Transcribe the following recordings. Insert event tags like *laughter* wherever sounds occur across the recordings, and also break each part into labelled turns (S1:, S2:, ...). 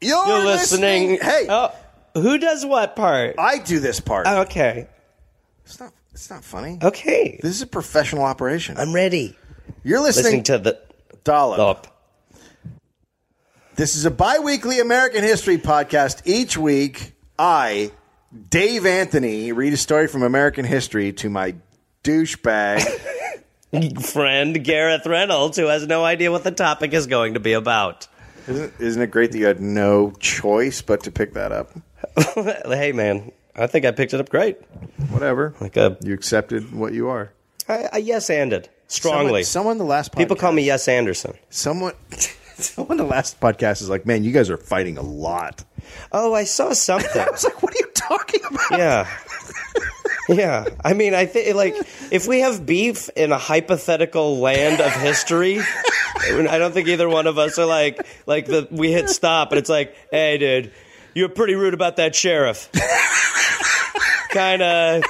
S1: You're,
S2: You're listening.
S1: Hey,
S2: oh, who does what part?
S1: I do this part.
S2: Uh, okay,
S1: it's not. It's not funny.
S2: okay.
S1: This is a professional operation.
S2: Oh. I'm ready.
S1: You're listening,
S2: Listening Oh. to the
S1: to Dollop.
S2: up.
S1: This is a bi-weekly American history podcast. Each week, I, Dave Anthony, read a story from American history to my
S2: *laughs*
S1: douchebag.
S2: friend Gareth Reynolds, who has no idea what the topic is going to be about. *laughs*
S1: isn't, isn't it great that you had no choice but to pick that up?
S2: hey, man, I think I picked it up great.
S1: Whatever.
S2: Like a
S1: You accepted what you are.
S2: I, I yes anded strongly.
S1: Someone, someone the last podcast,
S2: People call me Yes Anderson.
S1: someone. *laughs* Someone the last podcast is like, man, you guys are fighting a lot.
S2: Oh, I saw *laughs* something.
S1: *laughs* I was like, what are you talking about?
S2: yeah. Yeah, I mean, I think like if we have beef in a hypothetical land of history, I don't think either one of us are like like the we hit stop and it's like, hey, dude, you're pretty rude about that sheriff. kind of,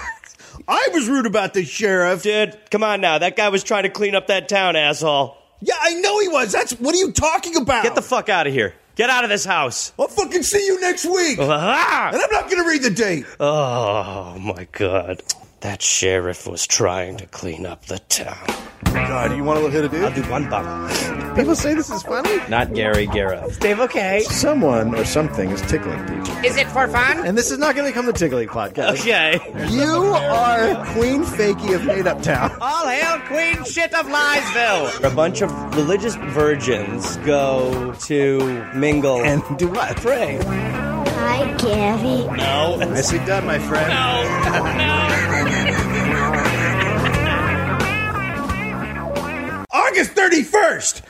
S1: I was rude about the sheriff.
S2: dude. Come on now, that guy was trying to clean up that town, asshole.
S1: Yeah, I know he was. That's what are you talking about?
S2: Get the fuck out of here. Get out of this house. *laughs*
S1: I'll fucking see you next week.
S2: Ah!
S1: And I'm not going to read the date.
S2: Oh my god, that sheriff was trying to clean up the town.
S1: God, you want to hit a dude?
S2: Do one bottle.
S1: People say this is funny.
S2: Not Gary Gareth.
S3: Dave, okay.
S1: Someone or something is tickling people.
S3: Is it for fun?
S1: And this is not going to become the tickling podcast.
S2: Okay.
S1: You are Queen Fakey of Made Up Town.
S3: All hail Queen Shit of Liesville.
S2: A bunch of religious virgins go to mingle.
S1: And do what? Pray.
S4: Hi, Gary.
S2: no.
S1: Nicely done, my friend. *laughs* August 31st,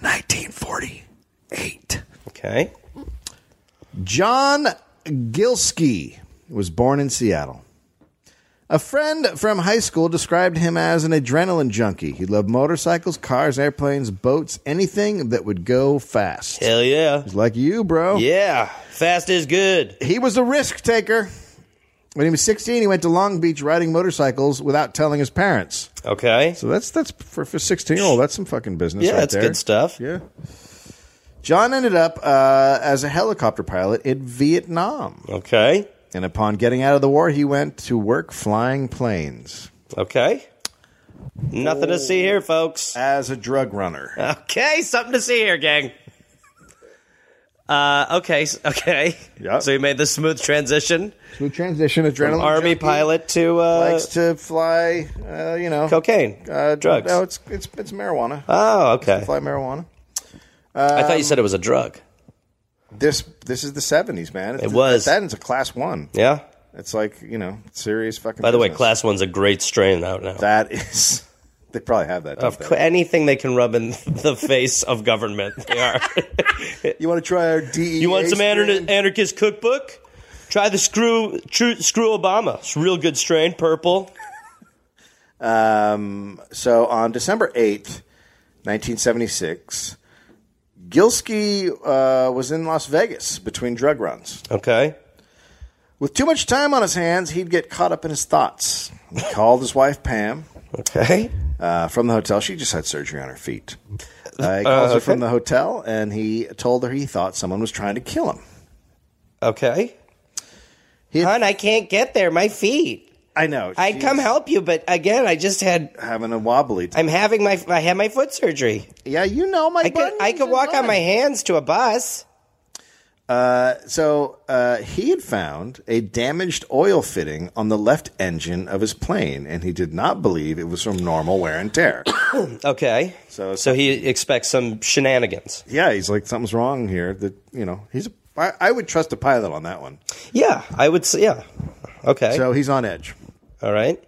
S1: 1948.
S2: Okay.
S1: John Gilski was born in Seattle. A friend from high school described him as an adrenaline junkie. He loved motorcycles, cars, airplanes, boats, anything that would go fast.
S2: Hell yeah.
S1: Like you, bro.
S2: Yeah. Fast is good.
S1: He was a risk taker. When he was 16, he went to Long Beach riding motorcycles without telling his parents.
S2: Okay.
S1: So that's that's for for 16 year old. That's some fucking business.
S2: Yeah,
S1: right
S2: that's
S1: there.
S2: good stuff.
S1: Yeah. John ended up uh, as a helicopter pilot in Vietnam.
S2: Okay.
S1: And upon getting out of the war, he went to work flying planes
S2: Okay. Nothing to see here, folks.
S1: as a drug runner.
S2: Uh, Okay, something to see here, gang. Uh, okay, *laughs* s- okay.
S1: Yeah.
S2: So you made the smooth transition,
S1: Who transition adrenaline
S2: army
S1: junkie,
S2: pilot to uh,
S1: likes to fly. Uh, you know,
S2: cocaine,
S1: uh,
S2: drugs.
S1: No, it's it's it's marijuana.
S2: oh, okay.
S1: fly marijuana.
S2: I thought you said it was a drug.
S1: This this is the seventies, man. It
S2: was.
S1: that is a class one.
S2: Yeah.
S1: It's like you know serious fucking.
S2: By the way,
S1: business.
S2: class one's a great strain out now.
S1: That is. *laughs* They probably have that.
S2: of
S1: don't
S2: cou-
S1: they?
S2: anything they can rub in *laughs* the face of government, they are.
S1: You want to try our E DEA?
S2: *laughs* you want some anar-
S1: strain?
S2: anarchist cookbook? Try the screw tru- screw Obama. It's a real good strain, purple.
S1: Um, so on December 8th, 1976, Gilski uh, was in Las Vegas between drug runs.
S2: Okay.
S1: With too much time on his hands, he'd get caught up in his thoughts. He called his wife, Pam,
S2: Okay.
S1: uh, from the hotel. She just had surgery on her feet. Uh, he calls her from the hotel, and he told her he thought someone was trying to kill him.
S2: Okay.
S1: He-
S2: Hon, I can't get there. My feet.
S1: I know.
S2: I'd
S1: she's
S2: come help you, but again, I just had.
S1: Having a wobbly.
S2: I'm having my. I had my foot surgery.
S1: yeah, you know my
S2: I could. I
S1: bunions
S2: could
S1: are
S2: walk on
S1: mine.
S2: my hands to a bus.
S1: So uh, he had found a damaged oil fitting on the left engine of his plane, and he did not believe it was from normal wear and
S2: *coughs*
S1: tear.
S2: Okay.
S1: So-
S2: so he expects some shenanigans.
S1: yeah, he's like, something's wrong here. That you know, he's. A, I, I would trust a pilot on that one.
S2: Yeah, I would say, yeah. Okay.
S1: So he's on edge.
S2: All right.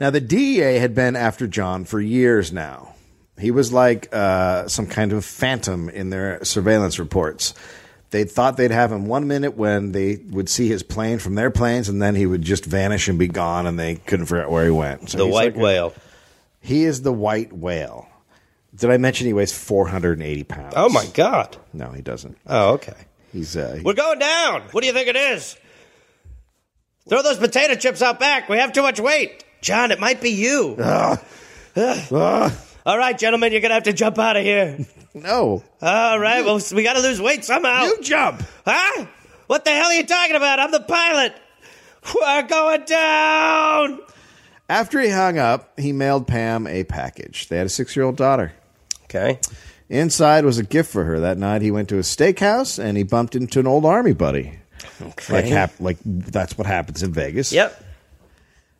S1: Now the DEA had been after John for years now. He was like uh, some kind of phantom in their surveillance reports. They thought they'd have him one minute when they would see his plane from their planes, and then he would just vanish and be gone, and they couldn't figure out where he went. So
S2: The
S1: he's
S2: white
S1: like a-
S2: whale.
S1: He is the white whale. Did I mention he weighs 480 pounds?
S2: Oh, my God.
S1: No, he doesn't.
S2: Oh, okay.
S1: He's uh, he-
S2: We're going down. What do you think it is? Throw those potato chips out back. We have too much weight. John, it might be you.
S1: Ah!
S2: All right, gentlemen, you're going to have to jump out of here.
S1: No.
S2: All right, well, we got to lose weight somehow.
S1: You jump.
S2: Huh? What the hell are you talking about? I'm the pilot. We're going down.
S1: After he hung up, he mailed Pam a package. They had a six year old daughter.
S2: Okay.
S1: Inside was a gift for her. That night, he went to a steakhouse and he bumped into an old army buddy.
S2: Okay.
S1: Like, hap- like that's what happens in Vegas.
S2: Yep.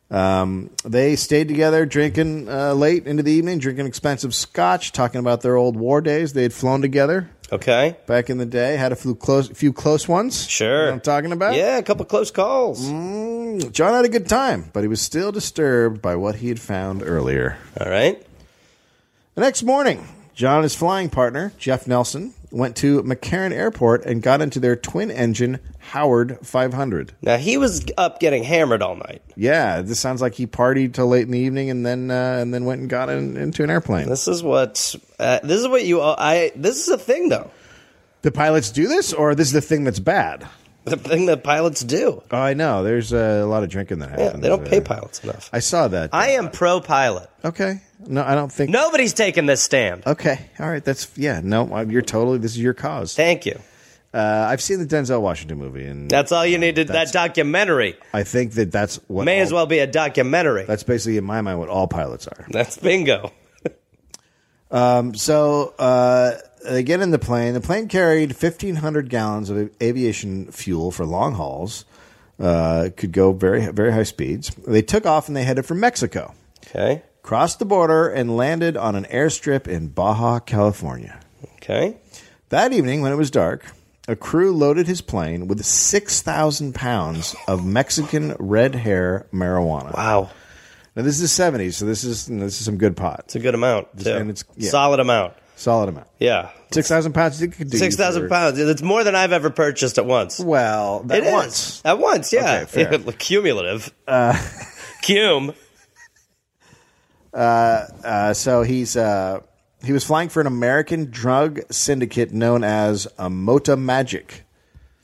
S1: They stayed together, drinking uh, late into the evening, drinking expensive scotch, talking about their old war days. They had flown together
S2: Okay.
S1: back in the day, had a few close, few close ones.
S2: Sure.
S1: You know what I'm talking about?
S2: Yeah, a couple close calls.
S1: Mm. John had a good time, but he was still disturbed by what he had found earlier.
S2: All right.
S1: The next morning, John and his flying partner, Jeff Nelson, went to McCarran Airport and got into their twin engine Howard 500.
S2: Now he was up getting hammered all night.
S1: Yeah, this sounds like he partied till late in the evening and then uh, and then went and got in, into an airplane.
S2: This is what. Uh, this is what you. all I. This is a thing though.
S1: The pilots do this, or this is the thing that's bad.
S2: The thing that pilots do.
S1: Oh, I know. There's uh, a lot of drinking that
S2: Yeah,
S1: happens.
S2: they don't pay
S1: uh,
S2: pilots enough.
S1: I saw that.
S2: I am pro pilot.
S1: okay. No, I don't think.
S2: Nobody's taking this stand.
S1: Okay. All right. That's yeah. No, I- you're totally. This is your cause.
S2: Thank you.
S1: Uh, I've seen the Denzel Washington movie, and
S2: That's all you need to that
S1: That's-
S2: documentary.
S1: I think that that's what
S2: May
S1: all-
S2: as well be a documentary.
S1: That's basically in my mind what all pilots are.
S2: That's bingo.
S1: So uh, they get in the plane. The plane carried 1,500 gallons of aviation fuel for long hauls. Uh, could go very very high speeds. They took off and they headed for Mexico,
S2: Okay.
S1: crossed the border, and landed on an airstrip in Baja California.
S2: Okay.
S1: That evening, when it was dark, a crew loaded his plane with 6,000 pounds of Mexican red hair marijuana.
S2: Wow.
S1: Now, this is the 70s, so this is this is some good pot.
S2: It's a good amount. Too.
S1: and it's- yeah.
S2: Solid amount.
S1: Solid amount.
S2: Yeah.
S1: 6,000 pounds. it could do you
S2: Six thousand
S1: for-
S2: pounds. That's more than I've ever purchased at once.
S1: Well, that
S2: It is.
S1: once.
S2: At once, yeah.
S1: Okay,
S2: *laughs*
S1: fair.
S2: Cumulative. Uh,
S1: *laughs*
S2: Cum.
S1: Uh, so he's uh, he was flying for an American drug syndicate known as Mota Magic.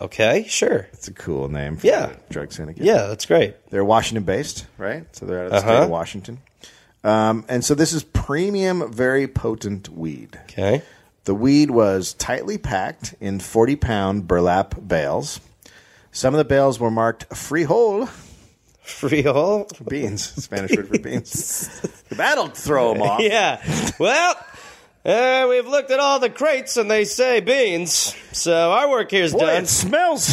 S2: Okay, sure.
S1: It's a cool name. For
S2: Yeah.
S1: a drug syndicate.
S2: Yeah, that's great.
S1: They're Washington based, right? So they're out of the state
S2: Uh-huh.
S1: of Washington. Um, and so this is premium, very potent weed.
S2: Okay.
S1: The weed was tightly packed in 40 pound burlap bales. Some of the bales were marked frijol,
S2: Freehold.
S1: beans, *laughs* Spanish word for beans.
S2: *laughs*
S1: That'll throw them off.
S2: Yeah. Well, uh, we've looked at all the crates and they say beans. So our work here's
S1: Boy,
S2: done.
S1: it smells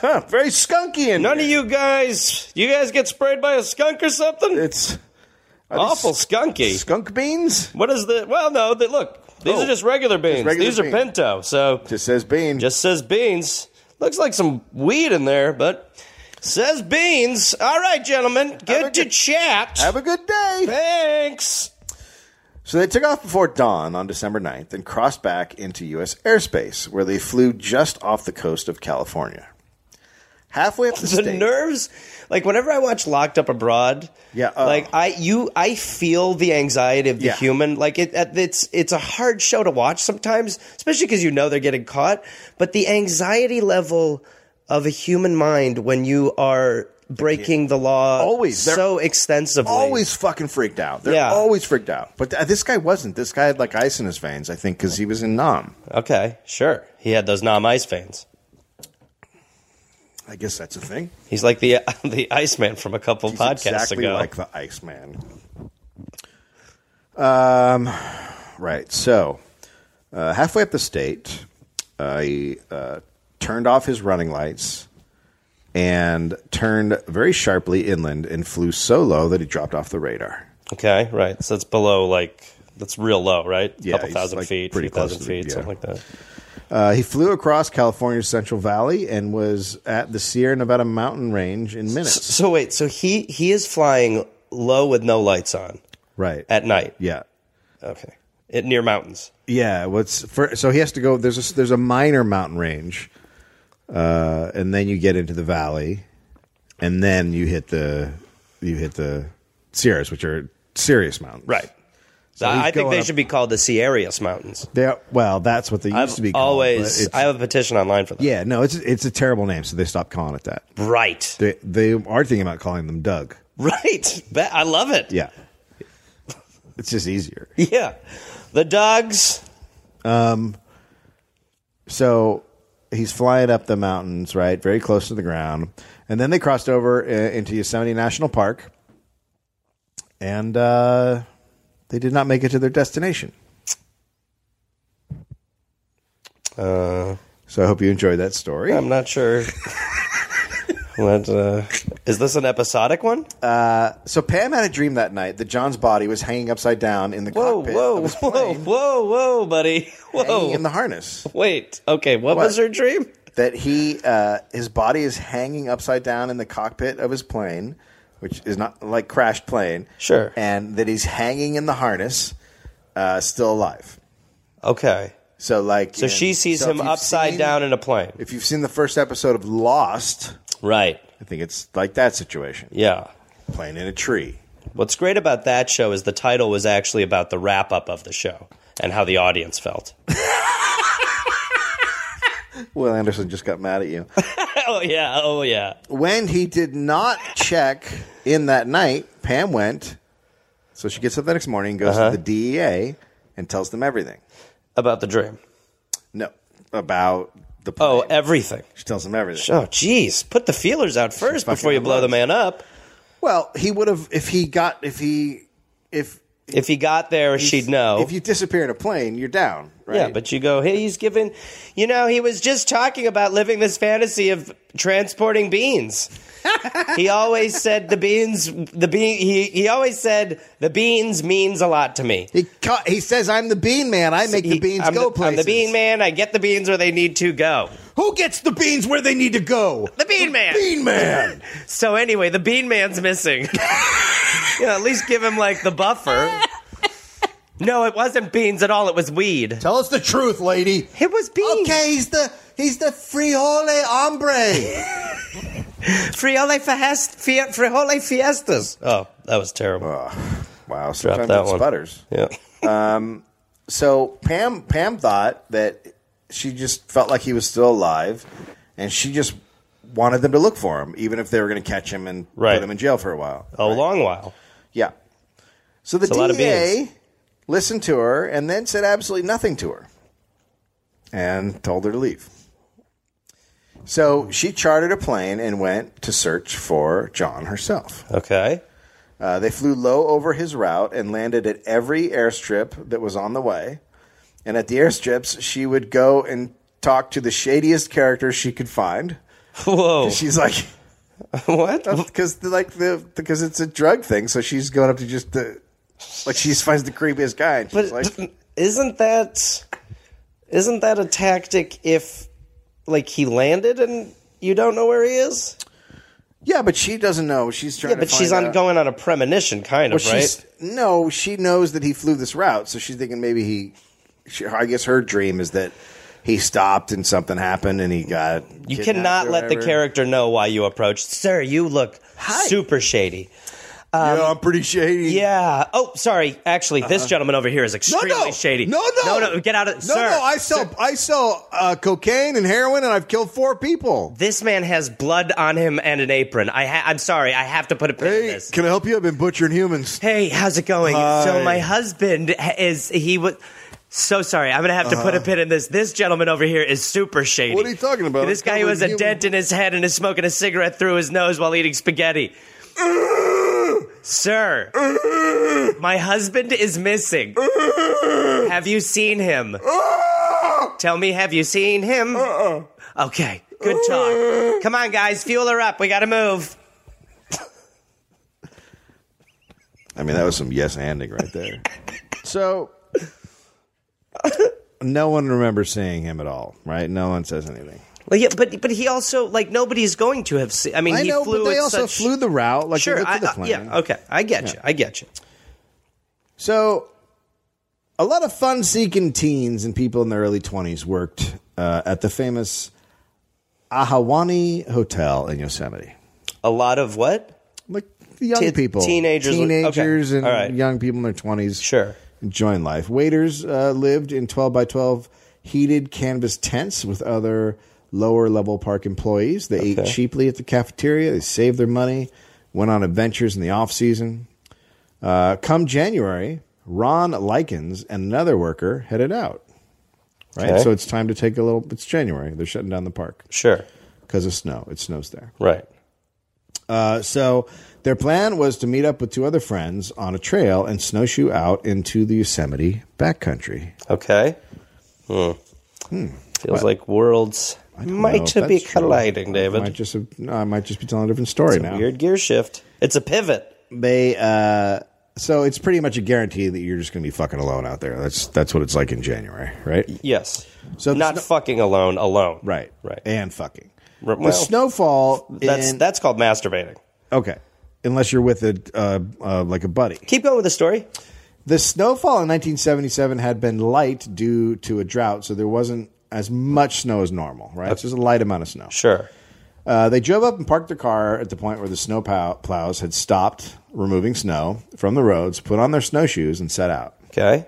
S1: huh, very skunky. In
S2: None
S1: here.
S2: of you guys, you guys get sprayed by a skunk or something?
S1: It's are these
S2: Awful skunky.
S1: skunk beans.
S2: what is the? Well, no, they, look, these
S1: Oh,
S2: are just regular beans.
S1: regular
S2: these are
S1: beans.
S2: pinto. So
S1: Just says bean.
S2: Just says beans. Looks like some weed in there, but says beans. All right, gentlemen.
S1: a
S2: Good to
S1: good-
S2: chat.
S1: have a good day.
S2: Thanks.
S1: So they took off before dawn on December 9th and crossed back into U.S. airspace, where they flew just off the coast of California. Halfway up the,
S2: The
S1: state,
S2: nerves, like whenever I watch Locked Up Abroad,
S1: Yeah, oh.
S2: like I you I feel the anxiety of the
S1: Yeah.
S2: human. Like it, at- it's it's a hard show to watch sometimes, especially because you know they're getting caught. But the anxiety level of a human mind when you are breaking the law
S1: Always. They're
S2: so extensively,
S1: always fucking freaked out. They're
S2: Yeah.
S1: always freaked out. But th- this guy wasn't. This guy had like ice in his veins, I think, because he was in Nam.
S2: Okay, sure. He had those nom ice fans.
S1: I guess that's a thing.
S2: He's like the *laughs* the Iceman from a couple
S1: He's
S2: podcasts
S1: exactly
S2: ago.
S1: like the Iceman. Um, right. So, uh, halfway up the state, uh, he uh, turned off his running lights and turned very sharply inland and flew so low that he dropped off the radar.
S2: okay, right. So it's below like that's real low, right?
S1: Yeah,
S2: couple
S1: he's,
S2: thousand
S1: like,
S2: feet,
S1: pretty
S2: three thousand
S1: close to the-
S2: feet,
S1: yeah.
S2: something like that.
S1: Uh, he flew across California's Central Valley and was at the Sierra Nevada mountain range in minutes.
S2: So wait, so he he is flying low with no lights on
S1: Right.
S2: at night.
S1: yeah.
S2: Okay, it near mountains.
S1: Yeah, what's for, so he has to go. There's a, there's a minor mountain range, uh, and then you get into the valley, and then you hit the you hit the Sierras, which are serious mountains,
S2: So I I
S1: he's
S2: think they
S1: going up-
S2: should be called the Sierras Mountains.
S1: They are, well, that's what they used
S2: I've
S1: to be. Called, but
S2: always
S1: it's-
S2: I have a petition online for that.
S1: yeah, no, it's it's a terrible name, so they stopped calling it that.
S2: Right. *laughs*
S1: They they are thinking about calling them Doug.
S2: Right. That- I love it.
S1: Yeah, it's just easier.
S2: Yeah. The dogs.
S1: So he's flying up the mountains, right, very close to the ground, and then they crossed over uh, into Yosemite National Park, and uh, they did not make it to their destination.
S2: Uh,
S1: So I hope you enjoyed that story.
S2: I'm not sure. what, uh, is this an episodic one?
S1: so Pam had a dream that night that John's body was hanging upside down in the
S2: Whoa,
S1: cockpit.
S2: whoa,
S1: of his
S2: whoa,
S1: plane,
S2: whoa, whoa, buddy.
S1: hanging
S2: Whoa.
S1: in the harness.
S2: Wait. Okay, what, was her dream?
S1: that he uh, his body is hanging upside down in the cockpit of his plane, which is not like crashed plane.
S2: Sure.
S1: And that he's hanging in the harness, uh, still alive.
S2: Okay.
S1: So like,
S2: So she sees him upside down in a plane.
S1: If you've seen the first episode of Lost,
S2: Right.
S1: I think it's like that situation.
S2: Yeah.
S1: Plane in a tree.
S2: What's great about that show is the title was actually about the wrap up of the show and how the audience felt.
S1: Will Anderson just got mad at
S2: *laughs*
S1: you
S2: *laughs* oh, yeah. Oh, yeah.
S1: when he did not check in that night. Pam went, so she gets up the next morning, goes
S2: Uh-huh.
S1: to the DEA, and tells them everything.
S2: About the dream.
S1: No, about the plane.
S2: Oh, everything.
S1: She tells him everything.
S2: Oh, jeez. Put the feelers out first
S1: fucking
S2: before you blow the man up.
S1: Well, he would have if he got if he if
S2: If he got there, she'd know.
S1: If you disappear in a plane, you're down, right?
S2: Yeah, but you go, hey, he's giving, you know, he was just talking about living this fantasy of
S1: *laughs*
S2: transporting beans. he always said the beans, the bean, he, he always said the beans means a lot to me.
S1: he ca- he says, "I'm the bean man. I make
S2: He-
S1: the beans
S2: I'm
S1: go
S2: the, I'm
S1: places.
S2: the bean man. I get the beans where they need to go.
S1: Who gets the beans where they need to go?
S2: The bean man.
S1: bean man.
S2: So anyway, the bean man's missing. you know, at least give him like the buffer.
S1: *laughs*
S2: No, it wasn't beans at all. It was weed.
S1: *laughs* Tell us the truth, lady.
S2: It was beans.
S1: Okay, he's the he's the frijole hombre.
S2: Friole fest, fia, frijole fiestas. Oh, that was terrible.
S1: wow,
S2: Drop
S1: sometimes
S2: that
S1: it
S2: one.
S1: sputters.
S2: Yeah.
S1: So Pam Pam thought that she just felt like he was still alive, and she just wanted them to look for him, even if they were going to catch him and
S2: Right.
S1: put him in jail for a while.
S2: A long while.
S1: Yeah. So the
S2: a lot of
S1: DA
S2: beans.
S1: listened to her and then said absolutely nothing to her and told her to leave. So she chartered a plane and went to search for John herself.
S2: Okay.
S1: Uh, they flew low over his route and landed at every airstrip that was on the way. And at the airstrips, she would go and talk to the shadiest characters she could find. *laughs*
S2: Whoa.
S1: She's like,
S2: what?
S1: because like the because it's a drug thing, so she's going up to just the like she just finds the creepiest guy. And she's
S2: But
S1: like,
S2: isn't that isn't that a tactic if like he landed and you don't know where he is?
S1: yeah, but she doesn't know. She's trying.
S2: Yeah, but
S1: to
S2: she's
S1: find
S2: on
S1: out.
S2: going on a premonition kind
S1: Well,
S2: of,
S1: she's-
S2: right?
S1: No, she knows that he flew this route, so she's thinking maybe he. She, I guess her dream is that he stopped and something happened and he got.
S2: You
S1: kidnapped
S2: cannot
S1: or
S2: let the
S1: whatever.
S2: character know why you approached. Sir, you look
S1: Hi.
S2: super shady.
S1: Um, yeah, I'm pretty shady.
S2: Yeah. Oh, sorry. Actually,
S1: Uh-huh.
S2: this gentleman over here is extremely shady. no, no. Get out of sir.
S1: sell. I sell uh, cocaine and heroin, and I've killed four people.
S2: This man has blood on him and an apron. I ha- I'm sorry. I have to put a pin in this.
S1: I help you? I've been butchering humans.
S2: Hey, how's it going?
S1: Hi.
S2: So my husband ha- is he was so sorry. I'm gonna have to put a pin in this. This gentleman over here is super shady.
S1: Uh-huh. What are you talking about?
S2: This
S1: I'm
S2: guy who has a
S1: covered in
S2: dent in his head and is smoking a cigarette through his nose while eating spaghetti. Sir, my husband is missing. have you seen him?
S1: Ah!
S2: Tell me, have you seen him?
S1: Uh-uh.
S2: Okay, good talk. Come on, guys, fuel her up. We gotta move.
S1: I mean, that was some yes handing right *laughs* there. so, *laughs* no one remembers seeing him at all, right? No one says anything.
S2: Well, yeah, but but he also like nobody's going to have seen. I mean,
S1: I
S2: he
S1: know,
S2: flew
S1: but they
S2: at
S1: also
S2: such-
S1: flew the route. Like,
S2: Sure,
S1: they
S2: I,
S1: looked at the
S2: I-
S1: plane.
S2: yeah, okay, I get you, I get you.
S1: So, a lot of fun seeking teens and people in their early 20s worked uh, at the famous Ahawani Hotel in Yosemite.
S2: A lot of what?
S1: Like, the young
S2: Te-
S1: people.
S2: teenagers, okay,
S1: Teenagers and
S2: all right.
S1: young people in their 20s.
S2: Sure.
S1: enjoying life. Waiters uh, lived in 12 by 12 heated canvas tents with other lower level park employees. They ate cheaply at the cafeteria. They saved their money, went on adventures in the off season. Uh, come January, Ron Likens and another worker headed out. right?
S2: Okay.
S1: So it's time to take a little. It's January. They're shutting down the park
S2: Sure.
S1: because of snow. It snows there.
S2: Right.
S1: Uh, so their plan was to meet up with two other friends on a trail and snowshoe out into the Yosemite backcountry.
S2: Okay. Hmm. Feels like worlds
S1: know
S2: might
S1: if
S2: be
S1: that's true.
S2: colliding,
S1: I
S2: David.
S1: might just have, no, I might just be telling a different story now.
S2: Weird gear shift. It's a pivot.
S1: They uh, so it's pretty much a guarantee that you're just going to be fucking alone out there. That's that's what it's like in January, right?
S2: Yes.
S1: So
S2: So
S1: the
S2: not
S1: sno-
S2: fucking alone. Alone.
S1: Right,
S2: Right.
S1: and fucking.
S2: R-
S1: the
S2: well,
S1: snowfall.
S2: That's
S1: in-
S2: that's called masturbating.
S1: okay. Unless you're with a uh, uh, like a buddy.
S2: Keep going with the story.
S1: The snowfall in 1977 had been light due to a drought, so there wasn't as much snow as normal, right? It's just a light amount of snow.
S2: Sure.
S1: Uh, they drove up and parked their car at the point where the snow plow- plows had stopped removing snow from the roads, put on their snowshoes, and set out.
S2: Okay.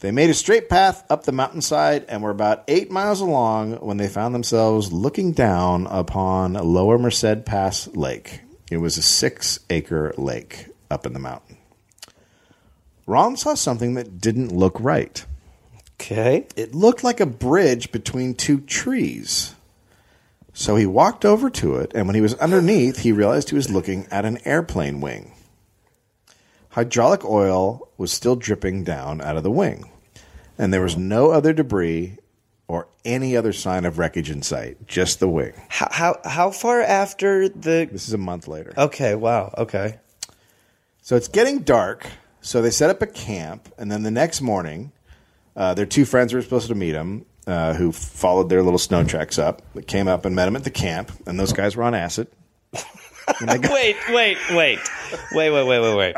S1: They made a straight path up the mountainside and were about eight miles along when they found themselves looking down upon Lower Merced Pass Lake. It was a six acre lake up in the mountain. Ron saw something that didn't look right.
S2: Okay.
S1: It looked like a bridge between two trees. So he walked over to it, and when he was underneath, he realized he was looking at an airplane wing. Hydraulic oil was still dripping down out of the wing, and there was no other debris or any other sign of wreckage in sight, just the wing.
S2: How how, how far after the?
S1: This is a month later.
S2: Okay. Wow. Okay.
S1: So it's getting dark. So they set up a camp, and then the next morning, uh, their two friends were supposed to meet them, uh, who followed their little snow tracks up. They came up and met them at the camp, and those guys were on acid. When they got-
S2: *laughs* Wait. Wait. Wait. Wait. Wait. Wait. Wait. Wait.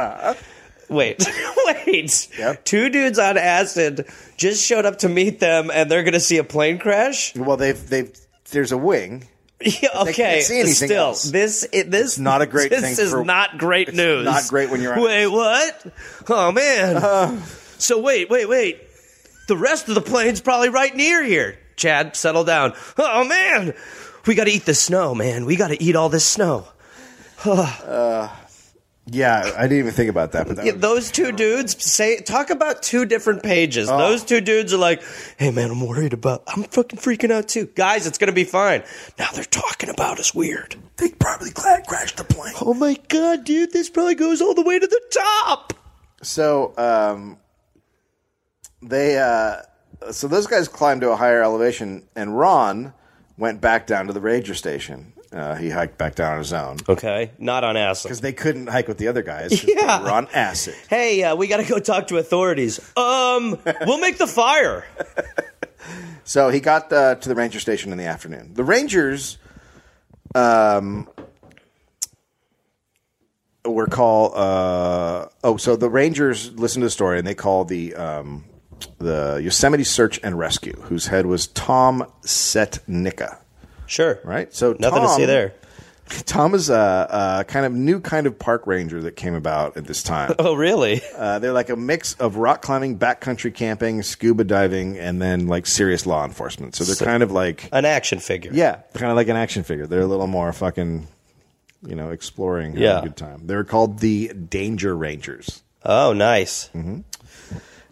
S2: Wait, *laughs* wait.
S1: Yep.
S2: Two dudes on acid just showed up to meet them, and they're going to see a plane crash.
S1: well, they've they've there's a wing.
S2: *laughs* Yeah, okay.
S1: can't see anything
S2: Still,
S1: else.
S2: this it, this is
S1: not a great
S2: this
S1: thing
S2: is
S1: for-
S2: not great news.
S1: not great when you're Uh. on-
S2: Wait, what? Oh man. so wait, wait, wait. The rest of the plane's probably right near here. Chad, settle down. Oh man, we got to eat the snow, man. We got to eat all this snow.
S1: Yeah, I didn't even think about that, but that
S2: Yeah,
S1: was-
S2: those two dudes say talk about two different pages. Those two dudes are like, "Hey man, I'm worried about. I'm fucking freaking out too, guys. It's gonna be fine." Now they're talking about us weird. They probably crashed the plane. Oh my god, dude, this probably goes all the way to the top.
S1: so um, they uh, so those guys climbed to a higher elevation, and Ron went back down to the ranger station. Uh, he hiked back down on his own.
S2: Okay, not on acid.
S1: because they couldn't hike with the other guys. *laughs* 'cause
S2: Yeah.
S1: they were on acid.
S2: Hey, uh, we gotta go talk to authorities. Um, we'll make the fire.
S1: So he got uh, to the ranger station in the afternoon. The rangers, um, were call. Uh, oh, so the rangers listened to the story and they called the um, the Yosemite Search and Rescue, whose head was Tom Setnicka.
S2: Sure.
S1: Right. So
S2: Nothing to
S1: Tom-
S2: see there.
S1: Tom is a, a kind of new kind of park ranger that came about at this
S2: *laughs*
S1: time.
S2: Oh really?
S1: Uh, they're like a mix of rock climbing, backcountry camping, scuba diving, and then like serious law enforcement. So they're kind of like,
S2: An action figure.
S1: yeah, kind of like an action figure. They're a little more fucking, you know, exploring, having
S2: Yeah.
S1: a good time. They're called the Danger Rangers.
S2: Oh, nice.
S1: Mm-hmm.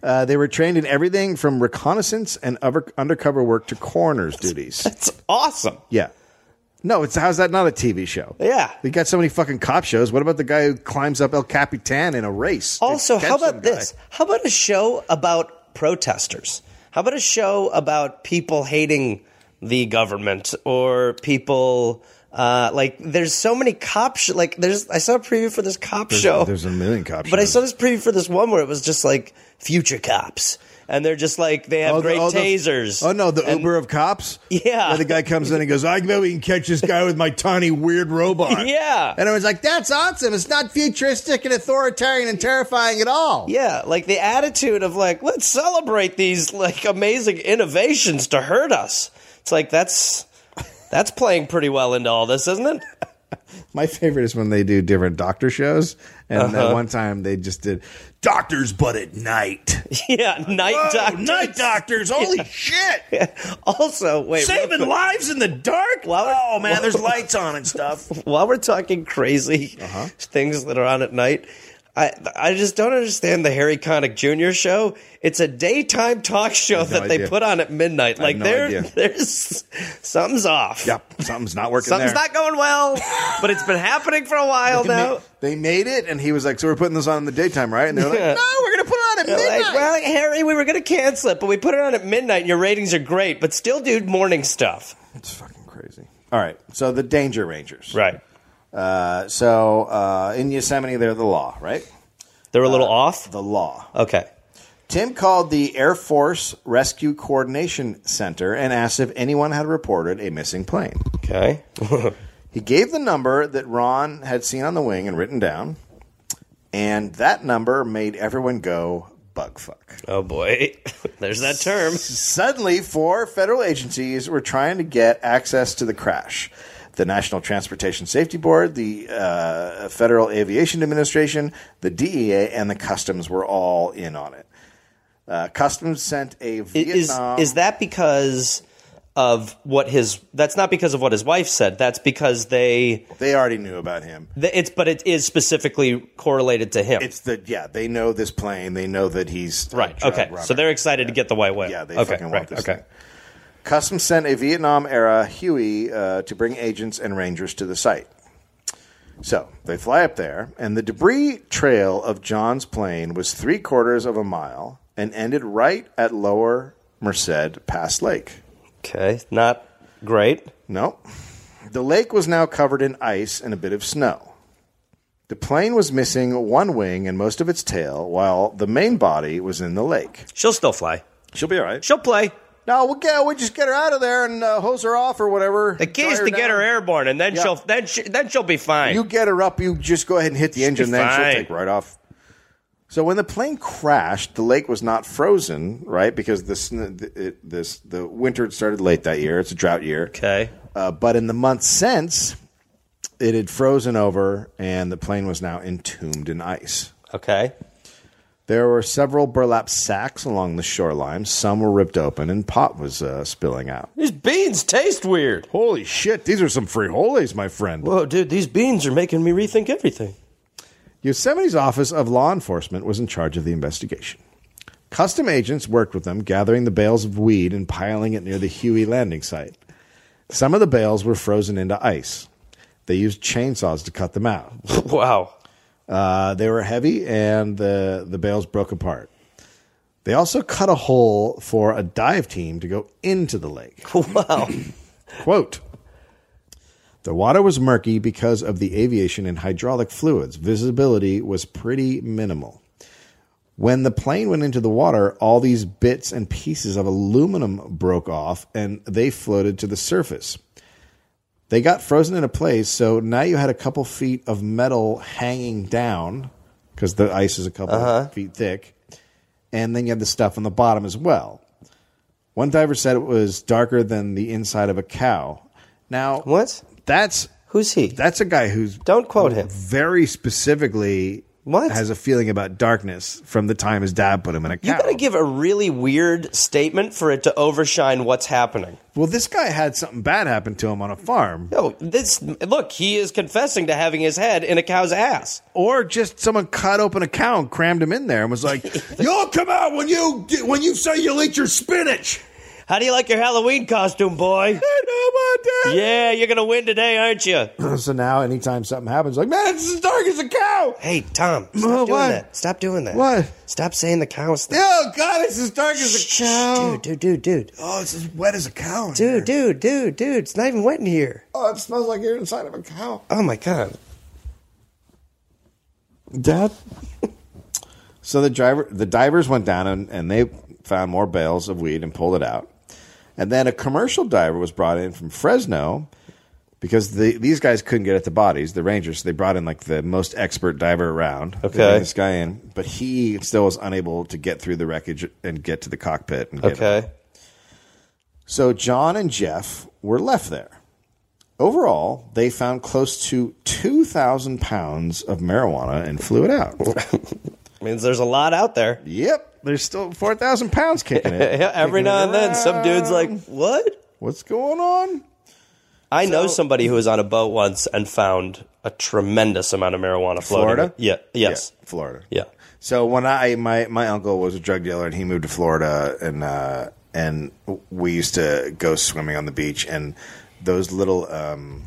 S1: Uh, they were trained in everything from reconnaissance and over- undercover work to coroner's duties.
S2: That's awesome.
S1: Yeah. No, it's how's that not a TV show?
S2: Yeah.
S1: We got so many fucking cop shows. What about the guy who climbs up El Capitan in a race? to
S2: Also,
S1: catch
S2: how
S1: some
S2: about
S1: guy?
S2: this? How about a show about protesters? How about a show about people hating the government or people uh, like? There's so many cop sh- like there's. I saw a preview for this cop show,
S1: There's a million cop shows.
S2: but I saw this preview for this one where it was just like future cops, and they're just like they have
S1: Oh, the-
S2: great
S1: oh, the-
S2: tasers.
S1: oh no, the
S2: and-
S1: Uber of cops.
S2: Yeah.
S1: Where the guy comes in and goes, "I bet we can catch this guy with my tiny weird robot."
S2: Yeah.
S1: and everyone's like, "That's awesome! It's not futuristic and authoritarian and terrifying at all."
S2: Yeah, like the attitude of like, let's celebrate these like amazing innovations to hurt us. It's like that's that's playing pretty well into all this, isn't it? *laughs*
S1: My favorite is when they do different doctor shows, and that one time they just did doctors, but at night.
S2: Yeah, night
S1: Whoa,
S2: doctor.
S1: night doctors! Holy shit!
S2: *laughs* Also, wait,
S1: *laughs* Saving
S2: real quick,
S1: lives in the dark.
S2: Wow.
S1: Oh *laughs* man, there's lights on and stuff. Uh-huh.
S2: *laughs* while we're talking crazy things that are on at night, I I just don't understand the Harry Connick Jr. show. It's a daytime talk show
S1: no
S2: that they
S1: idea.
S2: put on at midnight. Like
S1: no
S2: there,
S1: idea.
S2: *laughs* there's something's off.
S1: Yep, something's not working.
S2: Something's
S1: there.
S2: not going well, but it's been happening for a while
S1: They ma-
S2: now.
S1: They made it, and he was like, "So we're putting this on in the daytime, right?" And they're like,
S2: Yeah.
S1: "No, we're gonna put it on at
S2: They're
S1: midnight."
S2: Like, well, Harry, we were going to cancel it, but we put it on at midnight and your ratings are great, but still do morning stuff.
S1: it's fucking crazy. All right, so the Danger Rangers,
S2: Right.
S1: Uh, so uh, in Yosemite, they're the law, right?
S2: They were a
S1: Uh,
S2: little off.
S1: The law.
S2: Okay.
S1: Tim called the Air Force Rescue Coordination Center and asked if anyone had reported a missing plane. *laughs*
S2: Okay.
S1: He gave the number that Ron had seen on the wing and written down, and that number made everyone go bug fuck.
S2: oh boy.
S1: *laughs*
S2: There's that term.
S1: Suddenly, four federal agencies were trying to get access to the crash the National Transportation Safety Board, the uh, Federal Aviation Administration, the DEA, and the Customs were all in on it. Uh, Customs sent a
S2: Is
S1: Vietnam.
S2: is that because of what his that's not because of what his wife said. That's because they
S1: they already knew about him.
S2: th- it's but it is specifically correlated to him.
S1: It's the yeah. They know this plane. They know that he's a
S2: right.
S1: drug
S2: Okay.
S1: robber.
S2: So they're excited to get the white whale.
S1: yeah. They
S2: okay,
S1: fucking want
S2: right,
S1: this.
S2: Okay.
S1: thing. Customs sent a Vietnam era Huey uh, to bring agents and rangers to the site. So they fly up there, and the debris trail of John's plane was three quarters of a mile and ended right at Lower Merced Pass Lake.
S2: Okay. Not great.
S1: No. The lake was now covered in ice and a bit of snow. The plane was missing one wing and most of its tail, while the main body was in the lake.
S2: She'll still fly.
S1: She'll be all right.
S2: She'll play.
S1: No, we'll get we just get her out of there and uh, hose her off or whatever.
S2: The key is
S1: Dry
S2: to get her
S1: down.
S2: airborne, and then
S1: Yeah.
S2: she'll then she, then she'll be fine.
S1: You get her up. You just go ahead and hit the engine. Then
S2: fine.
S1: she'll take right off. So when the plane crashed, the lake was not frozen, right? Because the sn- it, this the winter had started late that year. It's a drought year.
S2: okay.
S1: Uh, but in the months since, it had frozen over, and the plane was now entombed in ice.
S2: Okay.
S1: There were several burlap sacks along the shoreline. Some were ripped open, and pot was uh, spilling out.
S2: These beans taste weird.
S1: Holy shit! These are some frijoles, my friend.
S2: Whoa, dude, these beans are making me rethink everything.
S1: Yosemite's Office of Law Enforcement was in charge of the investigation. Custom agents worked with them, gathering the bales of weed and piling it near the Huey landing site. Some of the bales were frozen into ice. They used chainsaws to cut them out.
S2: *laughs* Wow.
S1: Uh, they were heavy, and the, the bales broke apart. They also cut a hole for a dive team to go into the lake.
S2: Wow.
S1: Quote The water was murky because of the aviation and hydraulic fluids. Visibility was pretty minimal. When the plane went into the water, all these bits and pieces of aluminum broke off and they floated to the surface. They got frozen into place, so now you had a couple feet of metal hanging down because the ice is a couple feet thick. And then you had the stuff on the bottom as well. One diver said it was darker than the inside of a cow. Now,
S2: *laughs* What?
S1: That's
S2: Who's he?
S1: that's a guy who's
S2: Don't quote him.
S1: Very specifically,
S2: What?
S1: has a feeling about darkness from the time his dad put him in a cow.
S2: You gotta give a really weird statement for it to overshine what's happening.
S1: well, this guy had something bad happen to him on a farm,
S2: No, this look, he is confessing to having his head in a cow's ass.
S1: or just someone cut open a cow and crammed him in there and was *laughs* like, "You'll come out when you get- when you say you'll eat your spinach."
S2: How do you like your Halloween
S1: *laughs*
S2: costume, boy?
S1: I know my dad.
S2: Yeah, you're gonna win today, aren't you?
S1: *laughs* So now, anytime something happens, like, man, it's as dark as a cow.
S2: Hey, Tom, stop
S1: Well,
S2: doing
S1: what?
S2: that. Stop doing that.
S1: What?
S2: Stop saying the cow stuff.
S1: Oh God, it's as dark as a cow.
S2: Dude, dude, dude, dude.
S1: Oh, it's as wet as a cow. in
S2: Dude,
S1: here.
S2: dude, dude, dude. It's not even wet in here.
S1: Oh, it smells like you're inside of a cow.
S2: Oh my god.
S1: Dad. *laughs* so the driver, the divers went down and, and they found more bales of weed and pulled it out. And then a commercial diver was brought in from Fresno because the, these guys couldn't get at the bodies, the rangers. So they brought in like the most expert diver around. They
S2: Okay.
S1: bring this guy in, but he still was unable to get through the wreckage and get to the cockpit. And get
S2: Okay.
S1: so John and Jeff were left there. Overall, they found close to 2,000 pounds of marijuana and flew it
S2: *laughs*
S1: out.
S2: Means there's a lot out there.
S1: yep, there's still 4,000 pounds kicking it.
S2: *laughs* Yeah, every
S1: Kicking it
S2: now and then, some dude's like,
S1: around.
S2: "What?
S1: What's going on?
S2: I know somebody who was on a boat once and found a tremendous amount of marijuana floating.
S1: Florida?
S2: Yeah. Yes.
S1: Yeah, Florida.
S2: Yeah.
S1: So when I my my uncle was a drug dealer and he moved to Florida and uh, and we used to go swimming on the beach and those little um,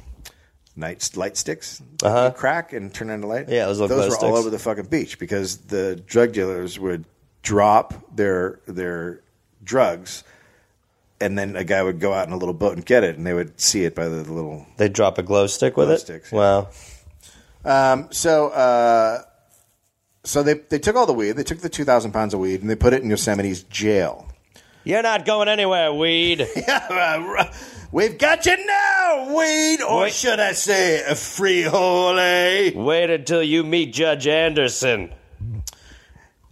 S1: night light sticks uh you crack and turn into light.
S2: Uh-huh. Yeah, those
S1: those
S2: little
S1: were
S2: glow
S1: all
S2: sticks.
S1: over the fucking beach because the drug dealers would drop their their drugs. And then a guy would go out in a little boat and get it, and they would see it by the little
S2: They drop a glow stick with
S1: Glow
S2: it.
S1: sticks, yeah.
S2: Wow.
S1: So, uh, so they they took all the weed. They took the two thousand pounds of weed and they put it in Yosemite's jail.
S2: You're not going anywhere,
S1: *laughs*
S2: weed. *laughs*
S1: We've got you now, weed, or
S2: Wait.
S1: should I say, a frihole?
S2: Wait until you meet Judge Anderson.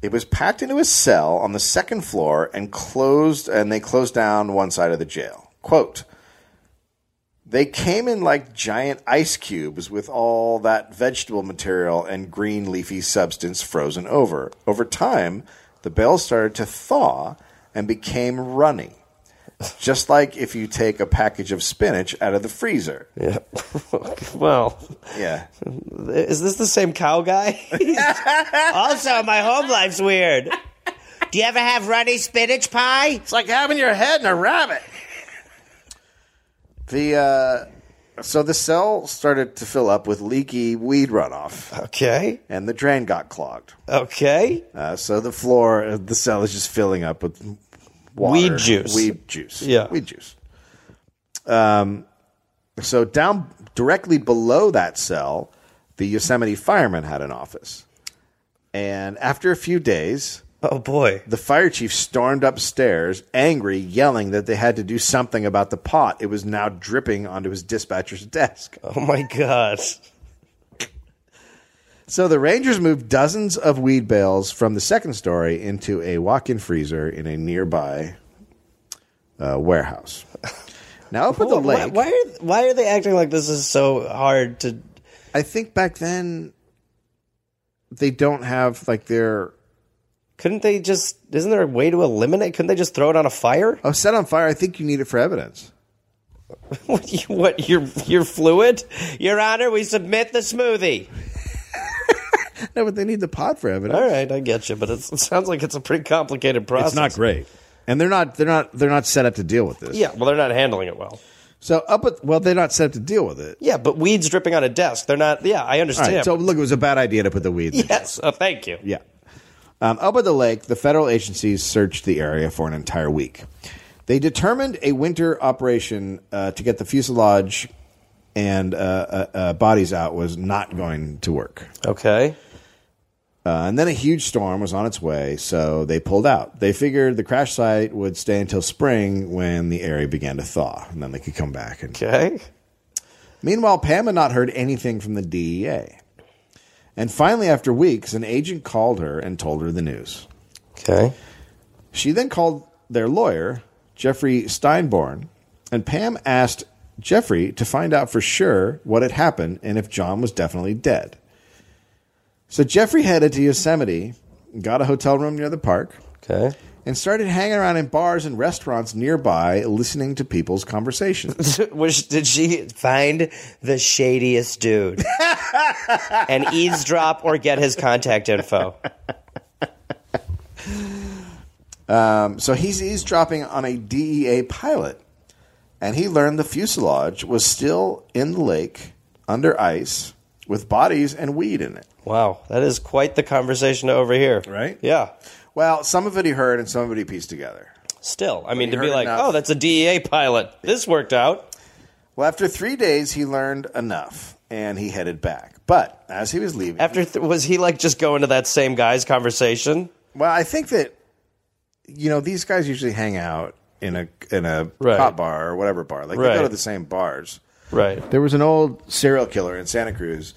S1: It was packed into a cell on the second floor and closed, and they closed down one side of the jail. Quote. They came in like giant ice cubes with all that vegetable material and green leafy substance frozen over. Over time, the bales started to thaw and became runny, just like if you take a package of spinach out of the freezer. *laughs*
S2: Yeah. well,
S1: Yeah.
S2: is this the same cow guy? *laughs* also, my home life's weird.
S3: Do you ever have runny spinach pie?
S1: It's like having your head in a rabbit. The uh, so the cell started to fill up with leaky weed runoff,
S2: Okay.
S1: and the drain got clogged.
S2: Okay.
S1: Uh, so the floor, uh, the cell is just filling up with water,
S2: Weed juice.
S1: weed juice,
S2: Yeah.
S1: weed juice. Um, so down directly below that cell, the Yosemite firemen had an office, and after a few days,
S2: Oh boy.
S1: the fire chief stormed upstairs, angry, yelling that they had to do something about the pot. It was now dripping onto his dispatcher's desk.
S2: Oh my god.
S1: So the Rangers moved dozens of weed bales from the second story into a walk in freezer in a nearby uh, warehouse. *laughs* Now, up at the
S2: Why,
S1: lake,
S2: why are why are they acting like this is so hard to?
S1: I think back then they don't have like their.
S2: Couldn't they just? Isn't there a way to eliminate? Couldn't they just throw it on a fire? *laughs*
S1: Oh, set on fire. I think you need it for evidence.
S2: What? you- what your your fluid? Your Honor, we submit the smoothie.
S1: No, but they need the pot for evidence.
S2: All right, I get you, but it's, it sounds like it's a pretty complicated process.
S5: It's not great.
S1: And they're not. They're not. They're not set up to deal with this.
S2: Yeah, well, they're not handling it well.
S1: So up with. Well, they're not set up to deal with it.
S2: Yeah, but weeds dripping on a desk. They're not. Yeah, I
S1: All right.
S2: understand.
S1: So look, it was a bad idea to put the weed. in the
S2: *laughs* yes, oh, thank you.
S1: Yeah. Um, up at the lake, the federal agencies searched the area for an entire week. They determined a winter operation uh, to get the fuselage and uh, uh, uh, bodies out was not going to work.
S2: Okay.
S1: Uh, and then a huge storm was on its way, so they pulled out. They figured the crash site would stay until spring when the area began to thaw, and then they could come back. And
S2: Okay.
S1: Meanwhile, Pam had not heard anything from the DEA. And finally, after weeks, an agent called her and told her the news.
S2: Okay.
S1: She then called their lawyer, Jeffrey Steinborn, and Pam asked Jeffrey to find out for sure what had happened and if John was definitely dead. So Jeffrey headed to Yosemite, got a hotel room near the park,
S2: Okay.
S1: and started hanging around in bars and restaurants nearby listening to people's conversations.
S2: Which did she find the shadiest *laughs* dude and eavesdrop or get his contact info?
S1: so he's eavesdropping on a DEA pilot, and he learned the fuselage was still in the lake under ice with bodies and weed in it.
S2: Wow, that is quite the conversation to overhear.
S1: Right?
S2: Yeah.
S1: Well, some of it he heard and some of it he pieced together.
S2: Still, I mean, to be
S1: heard
S2: like,
S1: enough.
S2: oh, that's a DEA pilot. This worked out.
S1: Well, after three days, he learned enough and he headed back. But as he was leaving,
S2: After th- was he like just going to that same guy's conversation?
S1: well, I think that you know these guys usually hang out in a in a
S2: Right.
S1: cop bar or whatever bar. Like they
S2: Right.
S1: go to the same bars.
S2: Right.
S1: There was an old serial killer in Santa Cruz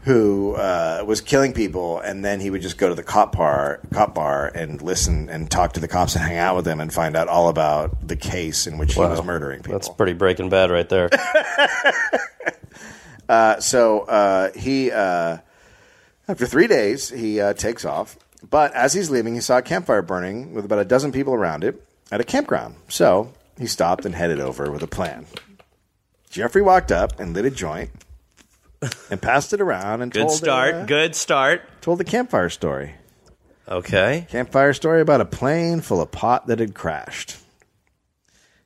S1: who uh, was killing people, and then he would just go to the cop bar, cop bar, and listen and talk to the cops and hang out with them and find out all about the case in which he was murdering people.
S2: That's pretty Breaking Bad right there.
S1: so uh, he uh, after three days he uh, takes off but as he's leaving he saw a campfire burning with about a dozen people around it at a campground so he stopped and headed over with a plan Jeffrey walked up and lit a joint and passed it around and
S2: Good
S1: told,
S2: start.
S1: The, uh,
S2: Good start.
S1: told the campfire story.
S2: Okay.
S1: Campfire story about a plane full of pot that had crashed.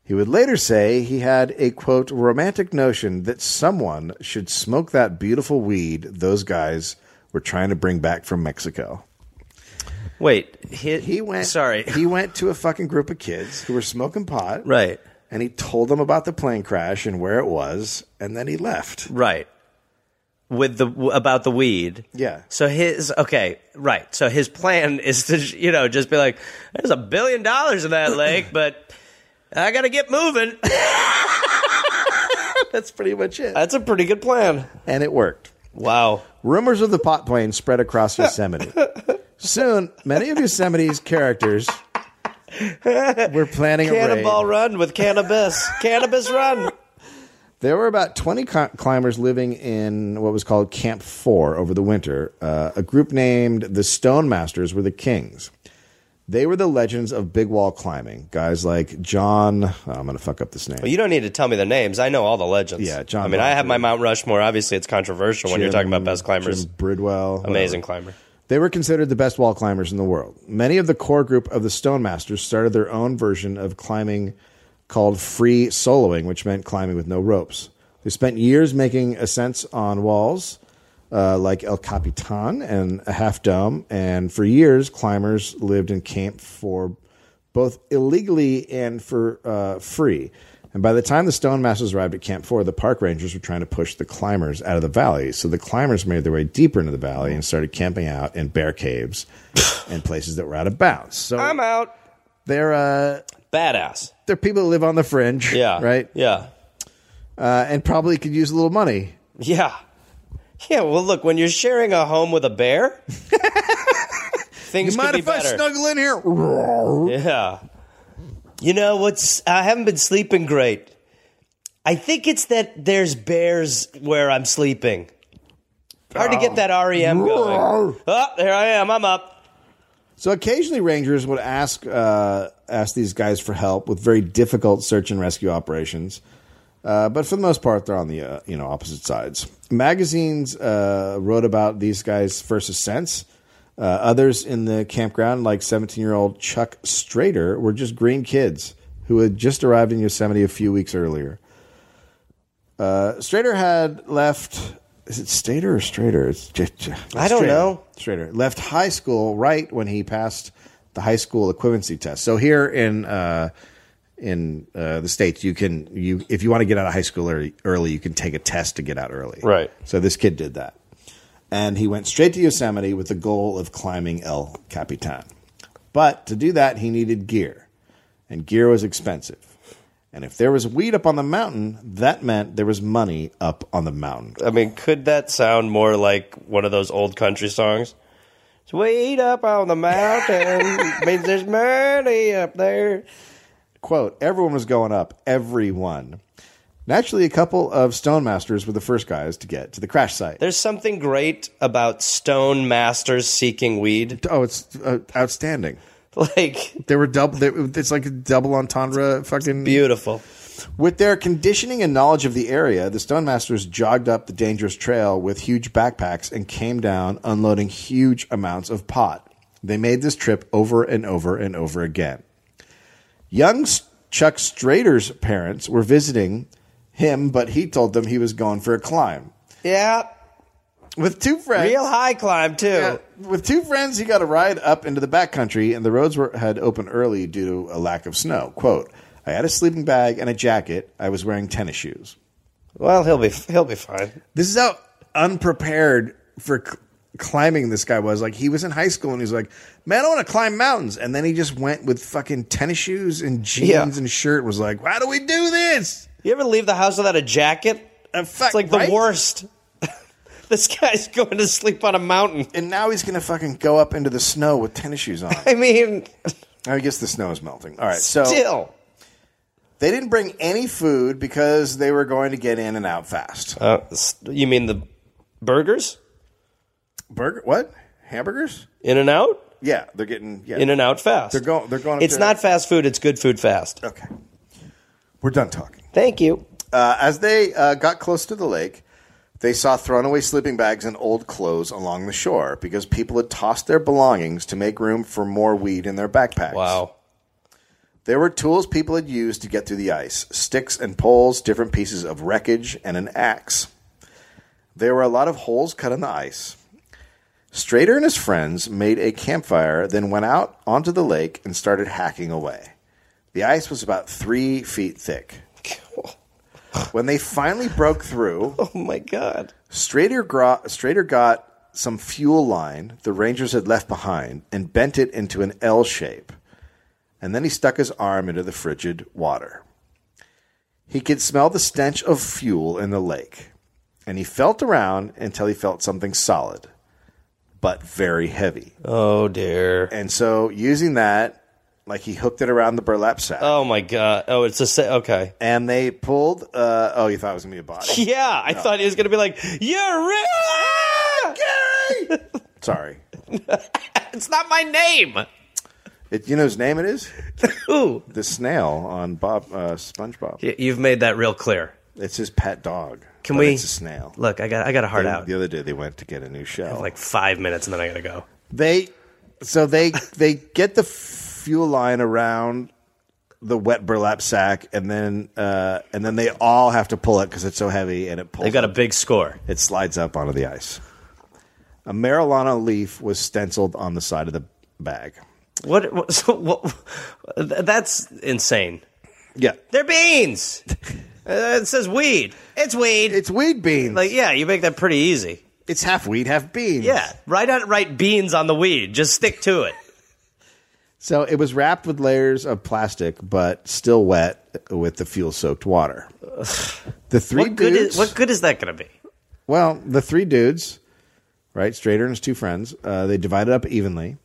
S1: He would later say he had a quote romantic notion that someone should smoke that beautiful weed those guys were trying to bring back from Mexico.
S2: Wait. He,
S1: He went
S2: Sorry.
S1: He went to a fucking group of kids who were smoking pot.
S2: *laughs* right.
S1: And he told them about the plane crash and where it was, and then he left.
S2: Right. With the about the weed.
S1: Yeah.
S2: So his okay, right. So his plan *laughs* is to you know just be like, there's a billion dollars in that lake, *laughs* but I gotta get moving.
S1: *laughs*
S2: *laughs*
S1: That's pretty much it.
S2: That's a pretty good plan.
S1: And it worked.
S2: Wow.
S1: Rumors of the pot plane spread across Yosemite. Soon, many of Yosemite's characters were planning
S2: Cannonball
S1: a raid.
S2: Run with *laughs* cannabis. cannabis Run.
S1: There were about 20 cl- climbers living in what was called Camp 4 over the winter. Uh, a group named the Stone Masters were the kings. They were the legends of big wall climbing. Guys like John, oh, I'm going to fuck up this name.
S2: You don't need to tell me the names. I know all the legends.
S1: Yeah, John
S2: I mean, I have my
S1: Bonfim.
S2: Mount Rushmore. Obviously, it's controversial when you're talking about best climbers.
S1: Jim Bridwell.
S2: Amazing
S1: whatever.
S2: climber.
S1: They were considered the best wall climbers in the world. Many of the core group of the Stone Masters started their own version of climbing called free soloing, which meant climbing with no ropes. They spent years making ascents on walls uh, like El Capitan and a half dome, and for years, climbers lived in camp for both illegally and for uh, free. And by the time the Stone Masters arrived at Camp 4, the park rangers were trying to push the climbers out of the valley. So the climbers made their way deeper into the valley and started camping out in bear
S2: *coughs*
S1: caves and places that were out of bounds. So
S2: I'm out.
S1: they're, uh,
S2: Badass.
S1: they're people that live on the fringe,
S2: Yeah.
S1: right?
S2: Yeah.
S1: Uh, and probably could use a little money.
S2: Yeah. Yeah, well, look, when you're sharing a home with a *laughs* bear, things could
S1: Mind
S2: be
S1: if I
S2: better.
S1: snuggle in here?
S2: yeah. You know what's? I haven't been sleeping great. I think it's that there's bears where I'm sleeping. Hard to get that REM going. Oh, there I am. I'm up.
S1: So occasionally, rangers would ask uh, ask these guys for help with very difficult search and rescue operations. Uh, but for the most part, they're on the uh, you know opposite sides. Magazines uh, wrote about these guys' first ascents. Uh, others in the campground, like 17 year old Chuck Strader, were just green kids who had just arrived in Yosemite a few weeks earlier. Uh, Strader had left. Is it Stater or Strader? It's J- J-
S2: I don't
S1: Strader.
S2: know.
S1: Strader left high school right when he passed the high school equivalency test. So here in uh, in uh, the states, you can you if you want to get out of high school early, early, you can take a test to get out early.
S2: Right.
S1: So this kid did that, and he went straight to Yosemite with the goal of climbing El Capitan. But to do that, he needed gear, and gear was expensive. And if there was weed up on the mountain, that meant there was money up on the mountain.
S2: I mean, could that sound more like one of those old country songs? It's way up on the *laughs* mountain. means there's money up there.
S1: quote everyone was going up everyone naturally a couple of stone masters were the first guys to get to the crash site
S2: There's something great about stone masters seeking weed. *laughs*
S1: oh it's uh, outstanding
S2: Like,
S1: they were double they, it's like a double entendre fucking
S2: beautiful.
S1: with their conditioning and knowledge of the area the stone masters jogged up the dangerous trail with huge backpacks and came down unloading huge amounts of pot they made this trip over and over and over again Young S- Chuck Strader's parents were visiting him, but he told them he was going for a climb
S2: Yeah.
S1: with two friends.
S2: Real high climb, too.
S1: Yeah, with two friends, he got a ride up into the backcountry, and the roads were, had opened early due to a lack of snow. "Quote: I had a sleeping bag and a jacket. I was wearing tennis shoes.
S2: Well, he'll be he'll be fine.
S1: This is how unprepared for." c climbing this guy was like he was in high school and he's like man i want to climb mountains and then he just went with fucking tennis shoes and jeans
S2: Yeah.
S1: and shirt and was like why do we do this
S2: You ever leave the house without a jacket?
S1: Uh, fuck,
S2: It's like
S1: right?
S2: the worst. *laughs* this guy's going to sleep on a mountain.
S1: And now he's gonna fucking go up into the snow with tennis shoes
S2: *laughs*
S1: on.
S2: I mean,
S1: I guess the snow is melting. All right, *laughs* so
S2: still.
S1: they didn't bring any food because they were going to get in and out fast.
S2: Uh, s- you mean the burgers?
S1: Burger? What? Hamburgers?
S2: In and out?
S1: Yeah, they're getting. Yeah,
S2: In and out fast.
S1: They're going. They're going. up
S2: It's
S1: to-
S2: not fast food. It's good food fast.
S1: Okay, we're done talking.
S2: Thank you.
S1: Uh, as they uh, got close to the lake, they saw thrown away sleeping bags and old clothes along the shore because people had tossed their belongings to make room for more weed in their backpacks.
S2: Wow.
S1: There were tools people had used to get through the ice sticks and poles, different pieces of wreckage, and an axe. There were a lot of holes cut in the ice. Strader and his friends made a campfire, then went out onto the lake and started hacking away. The ice was about three feet thick. When they finally broke through,
S2: *laughs* Oh my god.
S1: Strader, gro- Strader got some fuel line the Rangers had left behind and bent it into an L shape. And then he stuck his arm into the frigid water. He could smell the stench of fuel in the lake. And he felt around until he felt something solid, but very heavy.
S2: Oh dear.
S1: And so, using that, like he hooked it around the burlap sack.
S2: Oh my god. Oh, it's a sa- okay.
S1: And they pulled. Uh, oh, you thought it was going to be a body.
S2: *laughs* Yeah, I thought he was gonna be like, "You're rich."
S1: Sorry.
S2: *laughs* It's not my name.
S1: It, you know whose name it
S2: *laughs*
S1: is?
S2: Ooh,
S1: the snail on Bob uh, SpongeBob.
S2: Y- you've made that real clear.
S1: It's his pet dog.
S2: Can
S1: but
S2: we-
S1: It's a snail.
S2: Look, I got I got a heart
S1: The-
S2: out.
S1: The other day they went to get a new shell.
S2: Like five minutes, and then I gotta go.
S1: they, so
S2: *laughs*
S1: they they get the fuel line around the wet burlap sack, and then uh, and then they all have to pull it because it's so heavy, and it pulls.
S2: They've got a big score.
S1: it slides up onto the ice. A marijuana leaf was stenciled on the side of the bag.
S2: What? what, *laughs* so what th- that's insane.
S1: Yeah,
S2: They're *laughs* beans. Uh, it says weed. It's weed.
S1: it's weed beans.
S2: like yeah, you make that pretty easy.
S1: it's half weed, half beans.
S2: Yeah, write out write beans on the weed. Just stick to it.
S1: So it was wrapped with layers of plastic, but still wet with the fuel soaked water. The three
S2: What good
S1: dudes.
S2: is what good is that gonna be?
S1: well, the three dudes, right? Strader and his two friends, uh, they divided up evenly.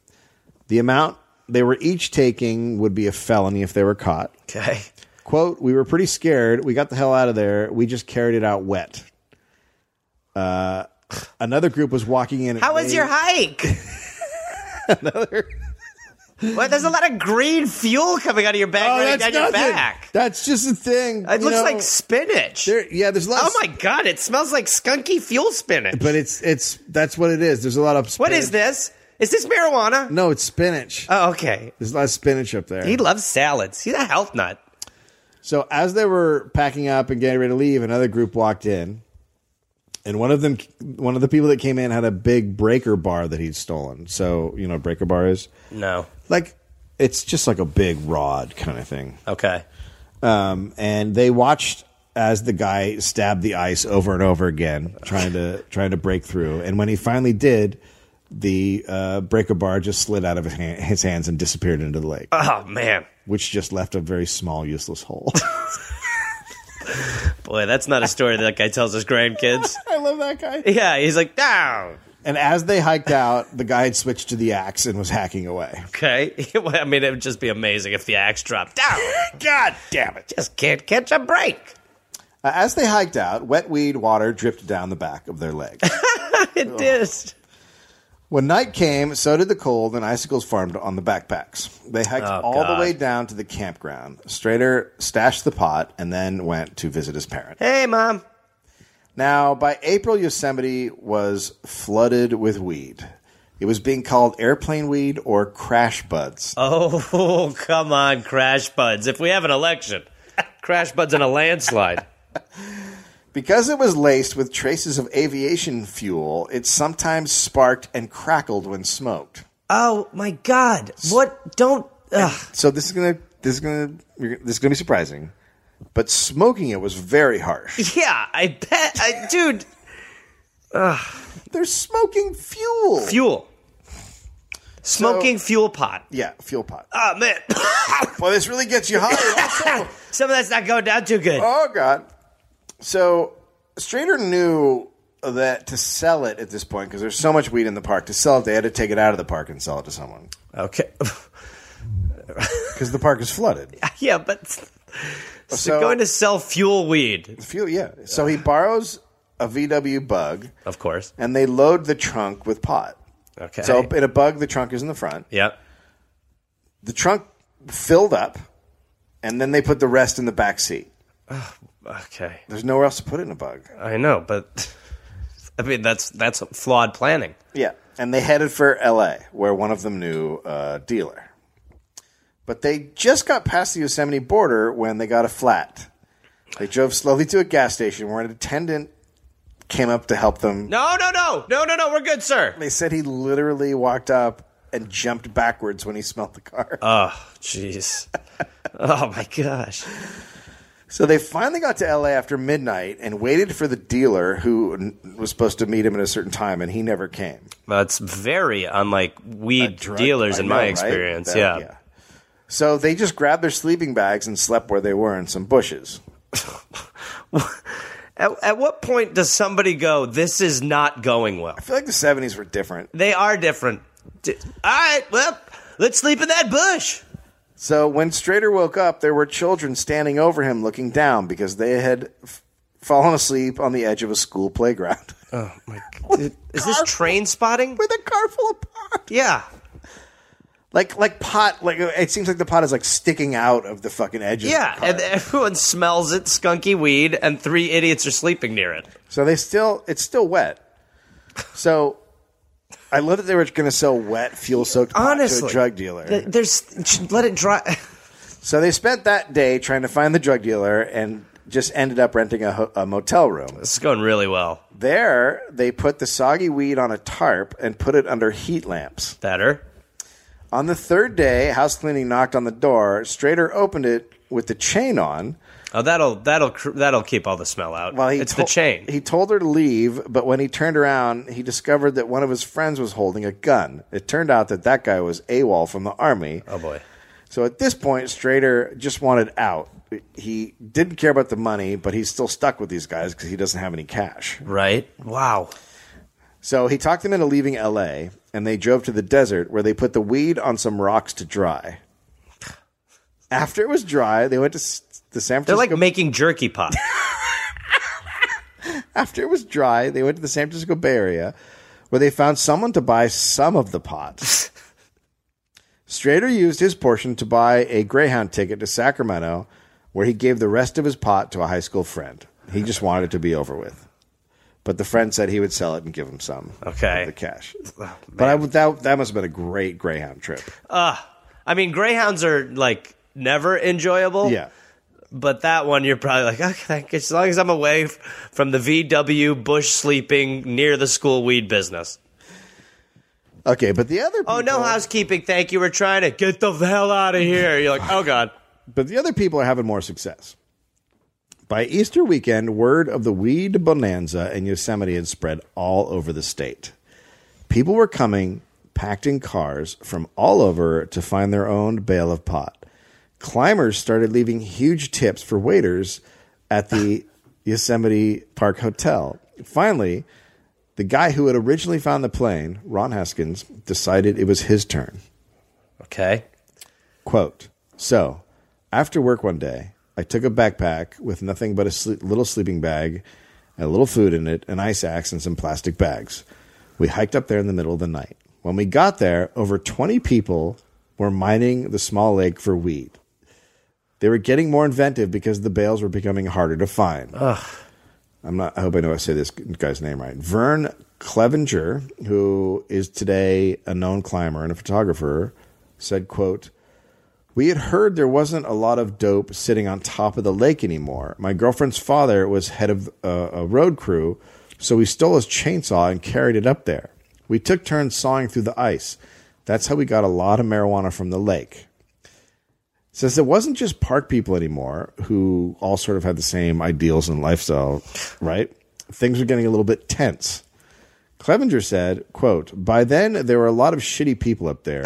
S1: The amount they were each taking would be a felony if they were caught.
S2: Okay.
S1: Quote, we were pretty scared. We got the hell out of there. We just carried it out wet. Uh, another group was walking in. Oh,
S3: How was your
S2: *laughs*
S3: hike?
S2: Well, there's a lot of green fuel coming out of your bag,
S1: Oh,
S2: running
S1: that's
S2: down your
S1: nothing.
S2: back.
S1: That's just a thing.
S2: It
S1: you
S2: looks
S1: know.
S2: like spinach.
S1: There- yeah, there's lots.
S2: Oh my god! It smells like skunky fuel spinach.
S1: But it's it's that's what it is. There's a lot of spinach.
S2: what is this? Is this marijuana?
S1: No, it's spinach.
S2: Oh, okay.
S1: There's a lot of spinach up there.
S2: He loves salads. He's a health nut.
S1: So as they were packing up and getting ready to leave, another group walked in, and one of them, one of the people that came in, had a big breaker bar that he'd stolen. So you know, breaker bar is
S2: No.
S1: like it's just like a big rod kind of thing.
S2: Okay.
S1: Um, and they watched as the guy stabbed the ice over and over again, trying to trying to break through. And when he finally did, the uh, breaker bar just slid out of his, hand, his hands and disappeared into the lake,
S2: Oh man,
S1: which just left a very small, useless *laughs* hole.
S2: boy, that's not a story that guy tells his grandkids.
S1: I love that guy.
S2: yeah, he's like, down.
S1: And as they hiked out, the guy had switched to the axe and was hacking away.
S2: Okay. *laughs* Well, I mean, it would just be amazing if the axe dropped down.
S1: God damn it!
S2: just can't catch a break.
S1: Uh, as they hiked out, wet weed water dripped down the back of their leg.
S2: *laughs* It is.
S1: When night came, so did the cold, and icicles formed on the backpacks. They hiked
S2: Oh,
S1: all
S2: God.
S1: the way down to the campground. Strader stashed the pot and then went to visit his parents.
S2: Hey, mom.
S1: Now, by April, Yosemite was flooded with weed. It was being called airplane weed or crash buds.
S2: Oh, *laughs* come on, Crash Buds. If we have an election, Crash Buds in a landslide.
S1: Because it was laced with traces of aviation fuel, it sometimes sparked and crackled when smoked.
S2: *laughs* Oh my God! What? Don't. Ugh.
S1: So this is gonna this is gonna you're- this is gonna be surprising, but smoking it was very harsh.
S2: Yeah, I bet, I, dude.
S1: They're smoking fuel.
S2: Fuel. Smoking fuel pot.
S1: Yeah, fuel pot.
S2: *laughs* Oh man,
S1: Well, this really gets you high. Also,
S2: *laughs* some of that's not going down too good.
S1: oh god. So Strader knew that to sell it at this point because there's so much weed in the park to sell it, they had to take it out of the park and sell it to someone
S2: Okay. *laughs*
S1: because the park is flooded.
S2: yeah, but so,
S1: So-
S2: going to sell fuel weed,
S1: Fuel, yeah. So he borrows a VW Bug
S2: of course.
S1: and they load the trunk with pot.
S2: Okay.
S1: So in a Bug, the trunk is in the front.
S2: Yep.
S1: The trunk filled up, and then they put the rest in the back seat.
S2: Okay,
S1: There's nowhere else to put it in a bug.
S2: I know, but *laughs* I mean that's that's flawed planning.
S1: Yeah, and they headed for L.A., where one of them knew a dealer. But they just got past the Yosemite border when they got a flat. They drove slowly to a gas station where an attendant came up to help them.
S2: No, no, no, no, no, no. We're good, sir.
S1: They said he literally walked up and jumped backwards when he smelled the car.
S2: Oh, *laughs* jeez. oh my gosh.
S1: So they finally got to LA after midnight and waited for the dealer who n- was supposed to meet him at a certain time, and he never came.
S2: That's very unlike weed dealers,
S1: I
S2: in
S1: know,
S2: my
S1: right?
S2: experience.
S1: That-
S2: yeah.
S1: So they just grabbed their sleeping bags and slept where they were in some bushes.
S2: At, at what point does somebody go, this is not going well?
S1: I feel like the 70s were different.
S2: They are different. D- All right, well, let's sleep in that bush.
S1: So when Strader woke up, there were children standing over him looking down because they had f- fallen asleep on the edge of a school playground *laughs*
S2: Oh *laughs* Is this train spotting?
S1: with a car full of pot.
S2: Yeah.
S1: Like like pot like it seems like the pot is like sticking out of the fucking edges.
S2: Yeah.
S1: of the car.
S2: And everyone smells it, skunky weed, and three idiots are sleeping near it.
S1: So they still, it's still wet. So I love that they were going to sell wet fuel soaked pot to
S2: Honestly.
S1: a drug dealer.
S2: Th- There's, just let it dry. *laughs*
S1: so they spent that day trying to find the drug dealer and just ended up renting a, ho- a motel room.
S2: This is going really well.
S1: There, they put the soggy weed on a tarp and put it under heat lamps.
S2: Better.
S1: On the third day, house cleaning knocked on the door. Strader opened it with the chain on.
S2: Oh, that'll that'll cr- that'll keep all the smell out.
S1: Well, he
S2: it's
S1: tol-
S2: the chain.
S1: He told her to leave, but when he turned around, he discovered that one of his friends was holding a gun. It turned out that that guy was AWOL from the army.
S2: oh boy.
S1: So at this point, Strader just wanted out. He didn't care about the money, but he's still stuck with these guys because he doesn't have any cash.
S2: Right. Wow.
S1: So he talked them into leaving LA, and they drove to the desert where they put the weed on some rocks to dry. After it was dry, they went to s- the San
S2: They're
S1: Francisco
S2: like making
S1: *laughs*
S2: jerky pop.
S1: After it was dry, they went to the San Francisco Bay Area where they found someone to buy some of the pot.
S2: *laughs*
S1: Strader used his portion to buy a Greyhound ticket to Sacramento where he gave the rest of his pot to a high school friend. He just wanted it to be over with. But the friend said he would sell it and give him some
S2: Okay. Oh,
S1: of the cash. but I, would- that, that must have been a great Greyhound trip.
S2: I mean, greyhounds are like never enjoyable.
S1: Yeah.
S2: But that one, you're probably like, okay, as long as I'm away f- from the VW bush sleeping near the school weed business.
S1: Okay, but the other
S2: Oh, no housekeeping. Thank you. We're trying to get the hell out of here. You're like, oh, God.
S1: But the other people are having more success. By Easter weekend, word of the weed bonanza in Yosemite had spread all over the state. People were coming, packed in cars from all over to find their own bale of pot. Climbers started leaving huge tips for waiters at the Yosemite Park Hotel. Finally, the guy who had originally found the plane, Ron Haskins, decided it was his turn.
S2: Okay.
S1: Quote So, after work one day, I took a backpack with nothing but a sle- little sleeping bag, a little food in it, an ice axe, and some plastic bags. We hiked up there in the middle of the night. When we got there, over 20 people were mining the small lake for weed. They were getting more inventive because the bales were becoming harder to find. I'm not. I hope I know I say this guy's name right. Vern Clevenger, who is today a known climber and a photographer, said, "quote We had heard there wasn't a lot of dope sitting on top of the lake anymore. My girlfriend's father was head of uh, a road crew, so we stole his chainsaw and carried it up there. We took turns sawing through the ice. That's how we got a lot of marijuana from the lake." Since it wasn't just park people anymore who all sort of had the same ideals and lifestyle, right? Things were getting a little bit tense. Clevenger said, quote, by then there were a lot of shitty people up there.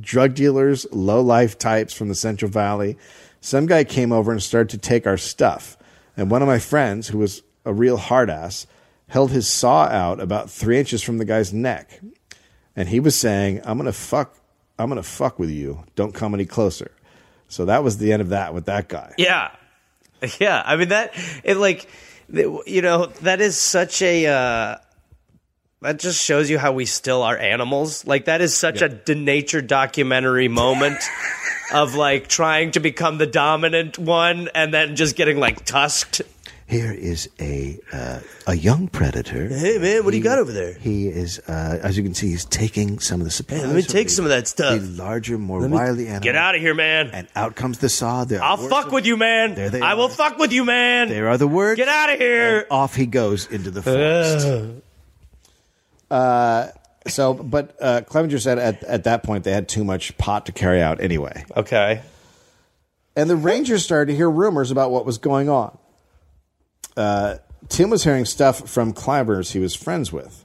S1: Drug dealers, low life types from the Central Valley. Some guy came over and started to take our stuff. And one of my friends, who was a real hard ass, held his saw out about three inches from the guy's neck. And he was saying, I'm gonna fuck I'm gonna fuck with you. Don't come any closer. So that was the end of that with that guy.
S2: Yeah. Yeah. I mean, that, it like, th- you know, that is such a, uh, that just shows *laughs* you how we still are animals. Like, that is such a denatured documentary moment of like trying to become the dominant one and then just getting like tusked.
S1: Here is a uh, a young predator.
S2: Hey man, what do you got over there?
S1: He is, uh, as you can see, he's taking some of the supplies.
S2: let me
S1: from
S2: take
S1: the-
S2: some of that stuff.
S1: The larger, more wily animal.
S2: Get out of here, man.
S1: And out comes the saw. There
S2: I'll
S1: are
S2: fuck with you, man.
S1: There they
S2: I will
S1: are.
S2: fuck with you, man.
S1: There are the words.
S2: Get out of here.
S1: Off he goes into the forest. So, but uh, Clevenger said at, at that point they had too much pot to carry out anyway.
S2: Okay.
S1: And the Rangers started to hear rumors about what was going on. Uh, Tim was hearing stuff from climbers he was friends with.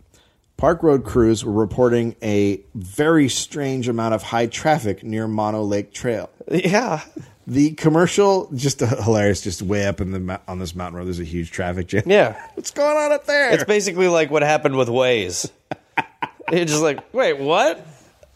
S1: Park Road crews were reporting a very strange amount of high traffic near Mono Lake Trail.
S2: Yeah.
S1: The commercial, just hilarious, just way up in the mou- on this mountain road. There's a huge traffic jam.
S2: Yeah.
S1: *laughs* what's going on up there?
S2: It's basically like what happened with *laughs* Waze. You're just like, wait, what?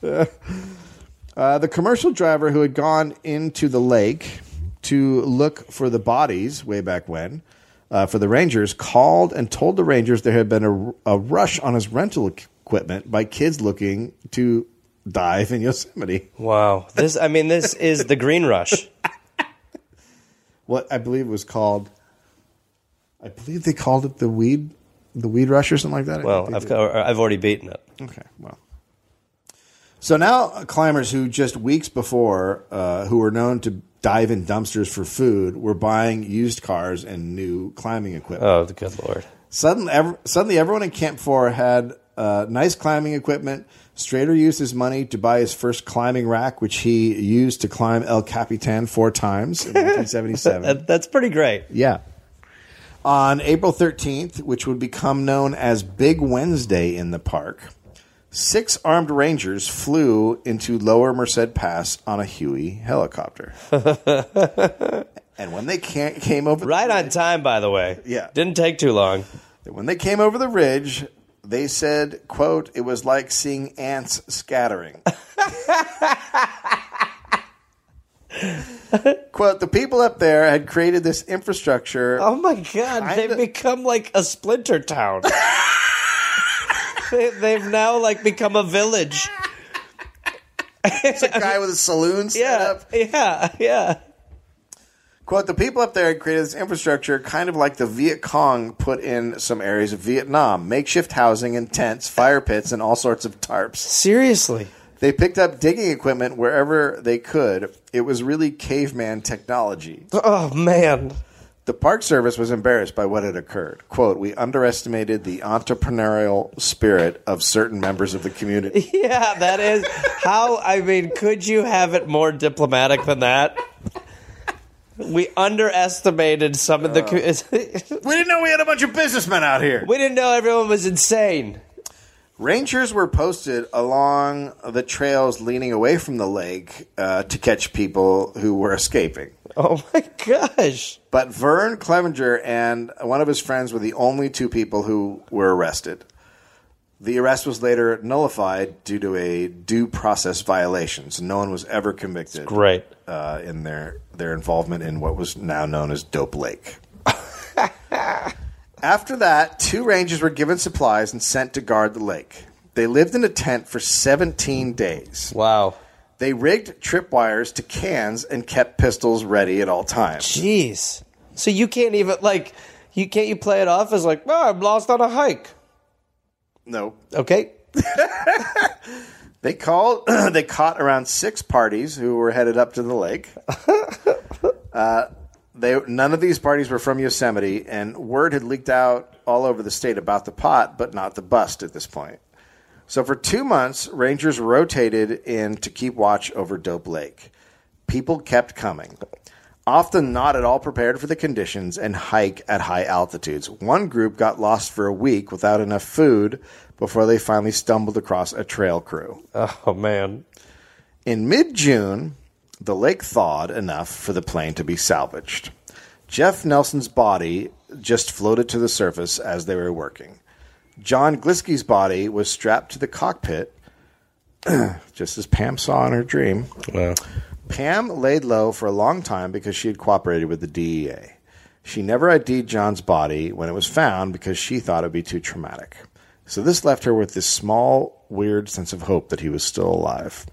S1: Uh, the commercial driver who had gone into the lake to look for the bodies way back when uh, for the Rangers called and told the Rangers there had been a, a rush on his rental ec- equipment by kids looking to dive in *laughs* Yosemite.
S2: Wow. This, I mean, this is the green rush.
S1: What I believe was called, I believe they called it the weed, the weed rush or something like that. I think
S2: Well,
S1: they
S2: I've,
S1: did.
S2: or I've already beaten it.
S1: Okay, well. So now uh, climbers who just weeks before, uh, who were known to dive in dumpsters for food, were buying used cars and new climbing equipment.
S2: Oh, the good lord.
S1: Suddenly, ev- suddenly, everyone in Camp Four had uh, nice climbing equipment. Strader used his money to buy his first climbing rack, which he used to climb El Capitan four times in 1977.
S2: That, that's pretty great.
S1: Yeah. On April 13th, which would become known as Big Wednesday in the park, six armed rangers flew into lower Merced Pass on a Huey
S2: *laughs*
S1: helicopter. and when they ca- came over
S2: Right on time, by the way.
S1: Yeah.
S2: Didn't take too long.
S1: when they came over the ridge, they said, quote, it was like seeing ants
S2: *laughs*
S1: scattering. quote, the people up there had created this infrastructure
S2: Oh my god, they've
S1: Kinda-
S2: become like a
S1: *laughs*
S2: splinter town. they, they've now like become a village.
S1: a guy with a saloon set
S2: Yeah.
S1: up.
S2: Yeah. Yeah.
S1: Quote, the people up there had created this infrastructure kind of like the Viet Cong put in some areas of Vietnam makeshift housing and tents, fire pits, and all sorts of tarps.
S2: Seriously.
S1: They picked up digging equipment wherever they could. It was really caveman technology.
S2: Oh man.
S1: The Park Service was embarrassed by what had occurred. Quote, we underestimated the entrepreneurial spirit of certain members of the community.
S2: Yeah, that is how I mean, could you have it more diplomatic than that? We underestimated some of the
S1: *laughs*
S2: co- *laughs*
S1: we didn't know we had a bunch of businessmen out here.
S2: We didn't know everyone was insane.
S1: Rangers were posted along the trails leaning away from the lake uh, to catch people who were escaping.
S2: Oh my gosh.
S1: But Vern Clevenger and one of his friends were the only two people who were arrested. The arrest was later nullified due to a due process violation, so no one was ever convicted
S2: Great.
S1: uh, in their their involvement in what was now known as Dope Lake. *laughs* After that, two rangers were given supplies and sent to guard the lake. They lived in a tent for 17 days.
S2: Wow.
S1: They rigged tripwires to cans and kept pistols ready at all times.
S2: Jeez. So you can't even like you can't you play it off as like, oh, I'm lost on a hike.
S1: No,
S2: Okay.
S1: they called. *clears throat* they caught around six parties who were headed up to the lake. uh, they none of these parties were from Yosemite, and word had leaked out all over the state about the pot, but not the bust at this point. So for two months, rangers rotated in to keep watch over Dope Lake. People kept coming, often not at all prepared for the conditions and hike at high altitudes. One group got lost for a week without enough food before they finally stumbled across a trail crew.
S2: Oh man.
S1: In mid June, the lake thawed enough for the plane to be salvaged. Jeff Nelson's body just floated to the surface as they were working. John Gliske's body was strapped to the cockpit, *clears throat* just as Pam saw in her dream. Pam laid low for a long time because she had cooperated with the DEA. She never ID'd John's body when it was found because she thought it would be too traumatic. So this left her with this small, weird sense of hope that he was still alive.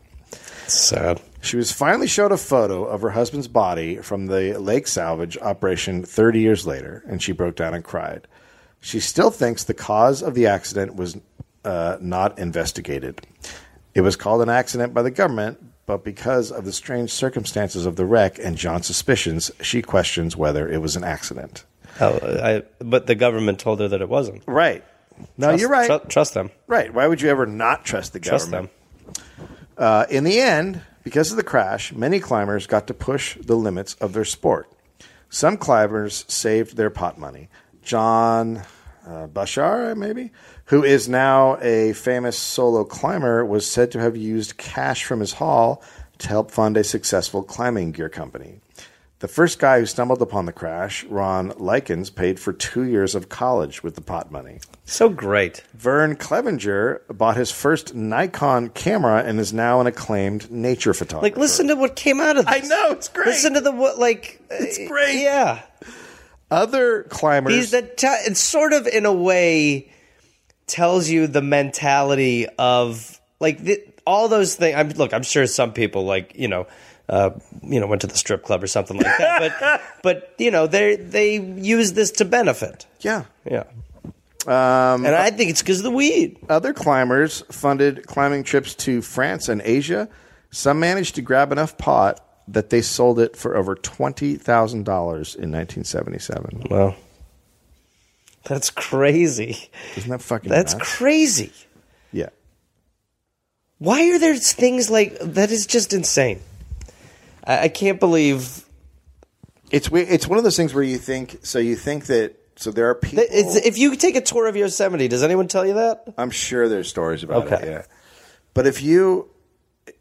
S2: Sad.
S1: She was finally showed a photo of her husband's body from the lake salvage operation 30 years later, and she broke down and cried. She still thinks the cause of the accident was uh, not investigated. It was called an accident by the government, but because of the strange circumstances of the wreck and John's suspicions, she questions whether it was an accident.
S2: Oh, I, but the government told her that it wasn't.
S1: Right. No,
S2: Trust-
S1: you're right.
S2: tru- trust them.
S1: Right. Why would you ever not trust the
S2: Trust
S1: government? Uh, in the end, because of the crash, many climbers got to push the limits of their sport. Some climbers saved their pot money. John uh, Bashar, maybe, who is now a famous solo climber, was said to have used cash from his haul to help fund a successful climbing gear company. The first guy who stumbled upon the crash, Ron Likens, paid for two years of college with the pot money.
S2: them. So great.
S1: Vern Clevenger bought his first Nikon camera and is now an acclaimed nature photographer.
S2: Like, listen to what came out of this.
S1: I know, it's great.
S2: Listen to the what, like,
S1: It's
S2: uh,
S1: great.
S2: Yeah,
S1: other climbers.
S2: he's the. T- it sort of, in a way, tells you the mentality of like the, all those things. I'm look. I'm sure some people like you know. Uh, you know, went to the strip club or something like
S1: *laughs*
S2: that. But, but you know, they they use this to benefit.
S1: yeah.
S2: Yeah. Um, and I think it's because of the weed.
S1: Other climbers funded climbing trips to France and Asia. Some managed to grab enough pot that they sold it for over $20,000 in 1977.
S2: Well, that's crazy.
S1: Isn't that fucking
S2: That's
S1: nuts?
S2: crazy.
S1: Yeah.
S2: Why are there things like that? Is just insane. I, I can't believe
S1: It's we- it's one of those things where you think so you think that so there are people
S2: that it's, if you take a tour of Yosemite. Does anyone tell you that?
S1: *laughs* I'm sure there's stories about it.
S2: Okay.
S1: Yeah. But if you,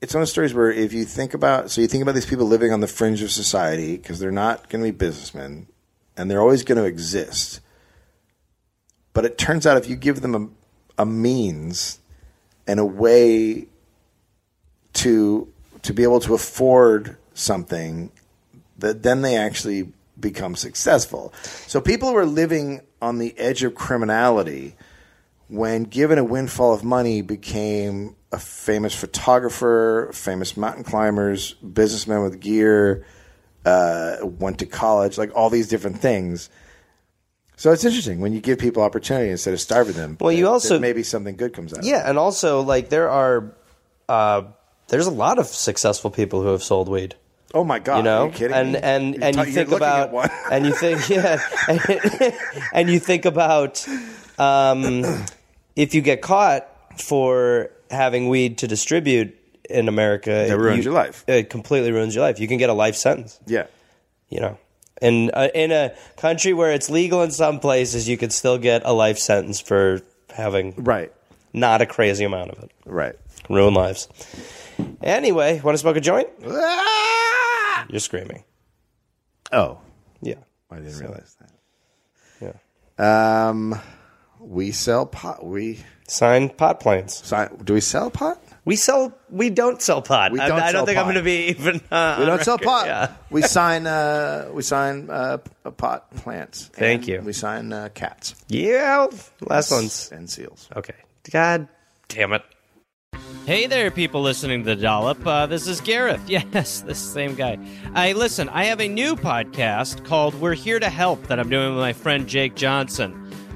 S1: it's one of those stories where if you think about, so you think about these people living on the fringe of society because they're not going to be businessmen and they're always going to exist. But it turns out if you give them a, a means and a way to to be able to afford something, that then they actually become successful. So people who are living on the edge of criminality when given a windfall of money, became a famous photographer, famous mountain climbers, businessman with gear, uh, went to college, like all these different things. So it's interesting when you give people opportunity instead of starving them.
S2: Well, you
S1: that-
S2: also-
S1: that maybe something good comes out. of it.
S2: Yeah, and also like there are, uh, there's a lot of successful people who have sold weed.
S1: Oh my god!
S2: You know,
S1: are you kidding
S2: and
S1: me?
S2: and
S1: You're
S2: and
S1: ta-
S2: you
S1: you're
S2: think
S1: looking at
S2: about
S1: one. *laughs*
S2: *laughs* and you think yeah, and, *laughs* and you think about um, *clears throat* if you get caught for having weed to distribute in America, it
S1: ruins your life.
S2: It completely ruins your life. You can get a life sentence.
S1: yeah,
S2: You know. In uh, in a country where it's legal in some places, you could still get a life sentence for having
S1: right,
S2: not a crazy amount of it.
S1: right.
S2: Ruin lives. Anyway, want to smoke a joint?
S1: Ah!
S2: You're screaming.
S1: Oh,
S2: Yeah.
S1: I didn't realize that.
S2: Yeah.
S1: Um, we sell pot. We
S2: Sign pot plants.
S1: si- do we sell
S2: *laughs*
S1: pot?
S2: We sell. We don't sell pot.
S1: We
S2: I-
S1: don't
S2: I,
S1: sell
S2: don't think I'm
S1: pot.
S2: going to be even. Uh,
S1: We
S2: on
S1: don't sell
S2: record.
S1: pot.
S2: Yeah.
S1: We sign. Uh, we sign uh, p- uh, pot plants.
S2: Thank
S1: And
S2: you.
S1: We sign uh, cats.
S2: Yeah. Last one's
S1: and seals.
S2: okay. God damn it.
S5: Hey there, people listening to the Dollop. Uh, this is Gareth. *laughs* Yes, this same guy. I listen. I have a new podcast called "We're Here to Help" that I'm doing with my friend Jake Johnson.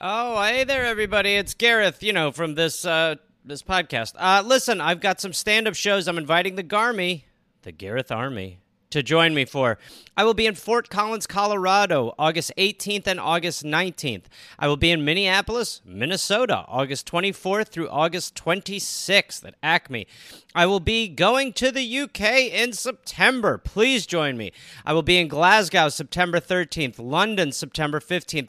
S5: Oh, hey there, everybody! It's Gareth, you know, from this uh, this podcast. Uh, listen, I've got some stand up shows. I'm inviting the Garmy, the Gareth Army, to join me for. I will be in Fort Collins, Colorado, August 18th and August 19th. I will be in Minneapolis, Minnesota, August 24th through August 26th at Acme. I will be going to the UK in September. Please join me. I will be in Glasgow, September 13th, London, September 15th,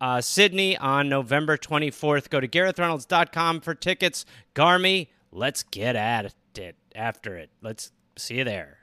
S5: uh, Sydney on November 24th. Go to GarethReynolds.com for tickets. Garmy, let's get at it after it. Let's see you there.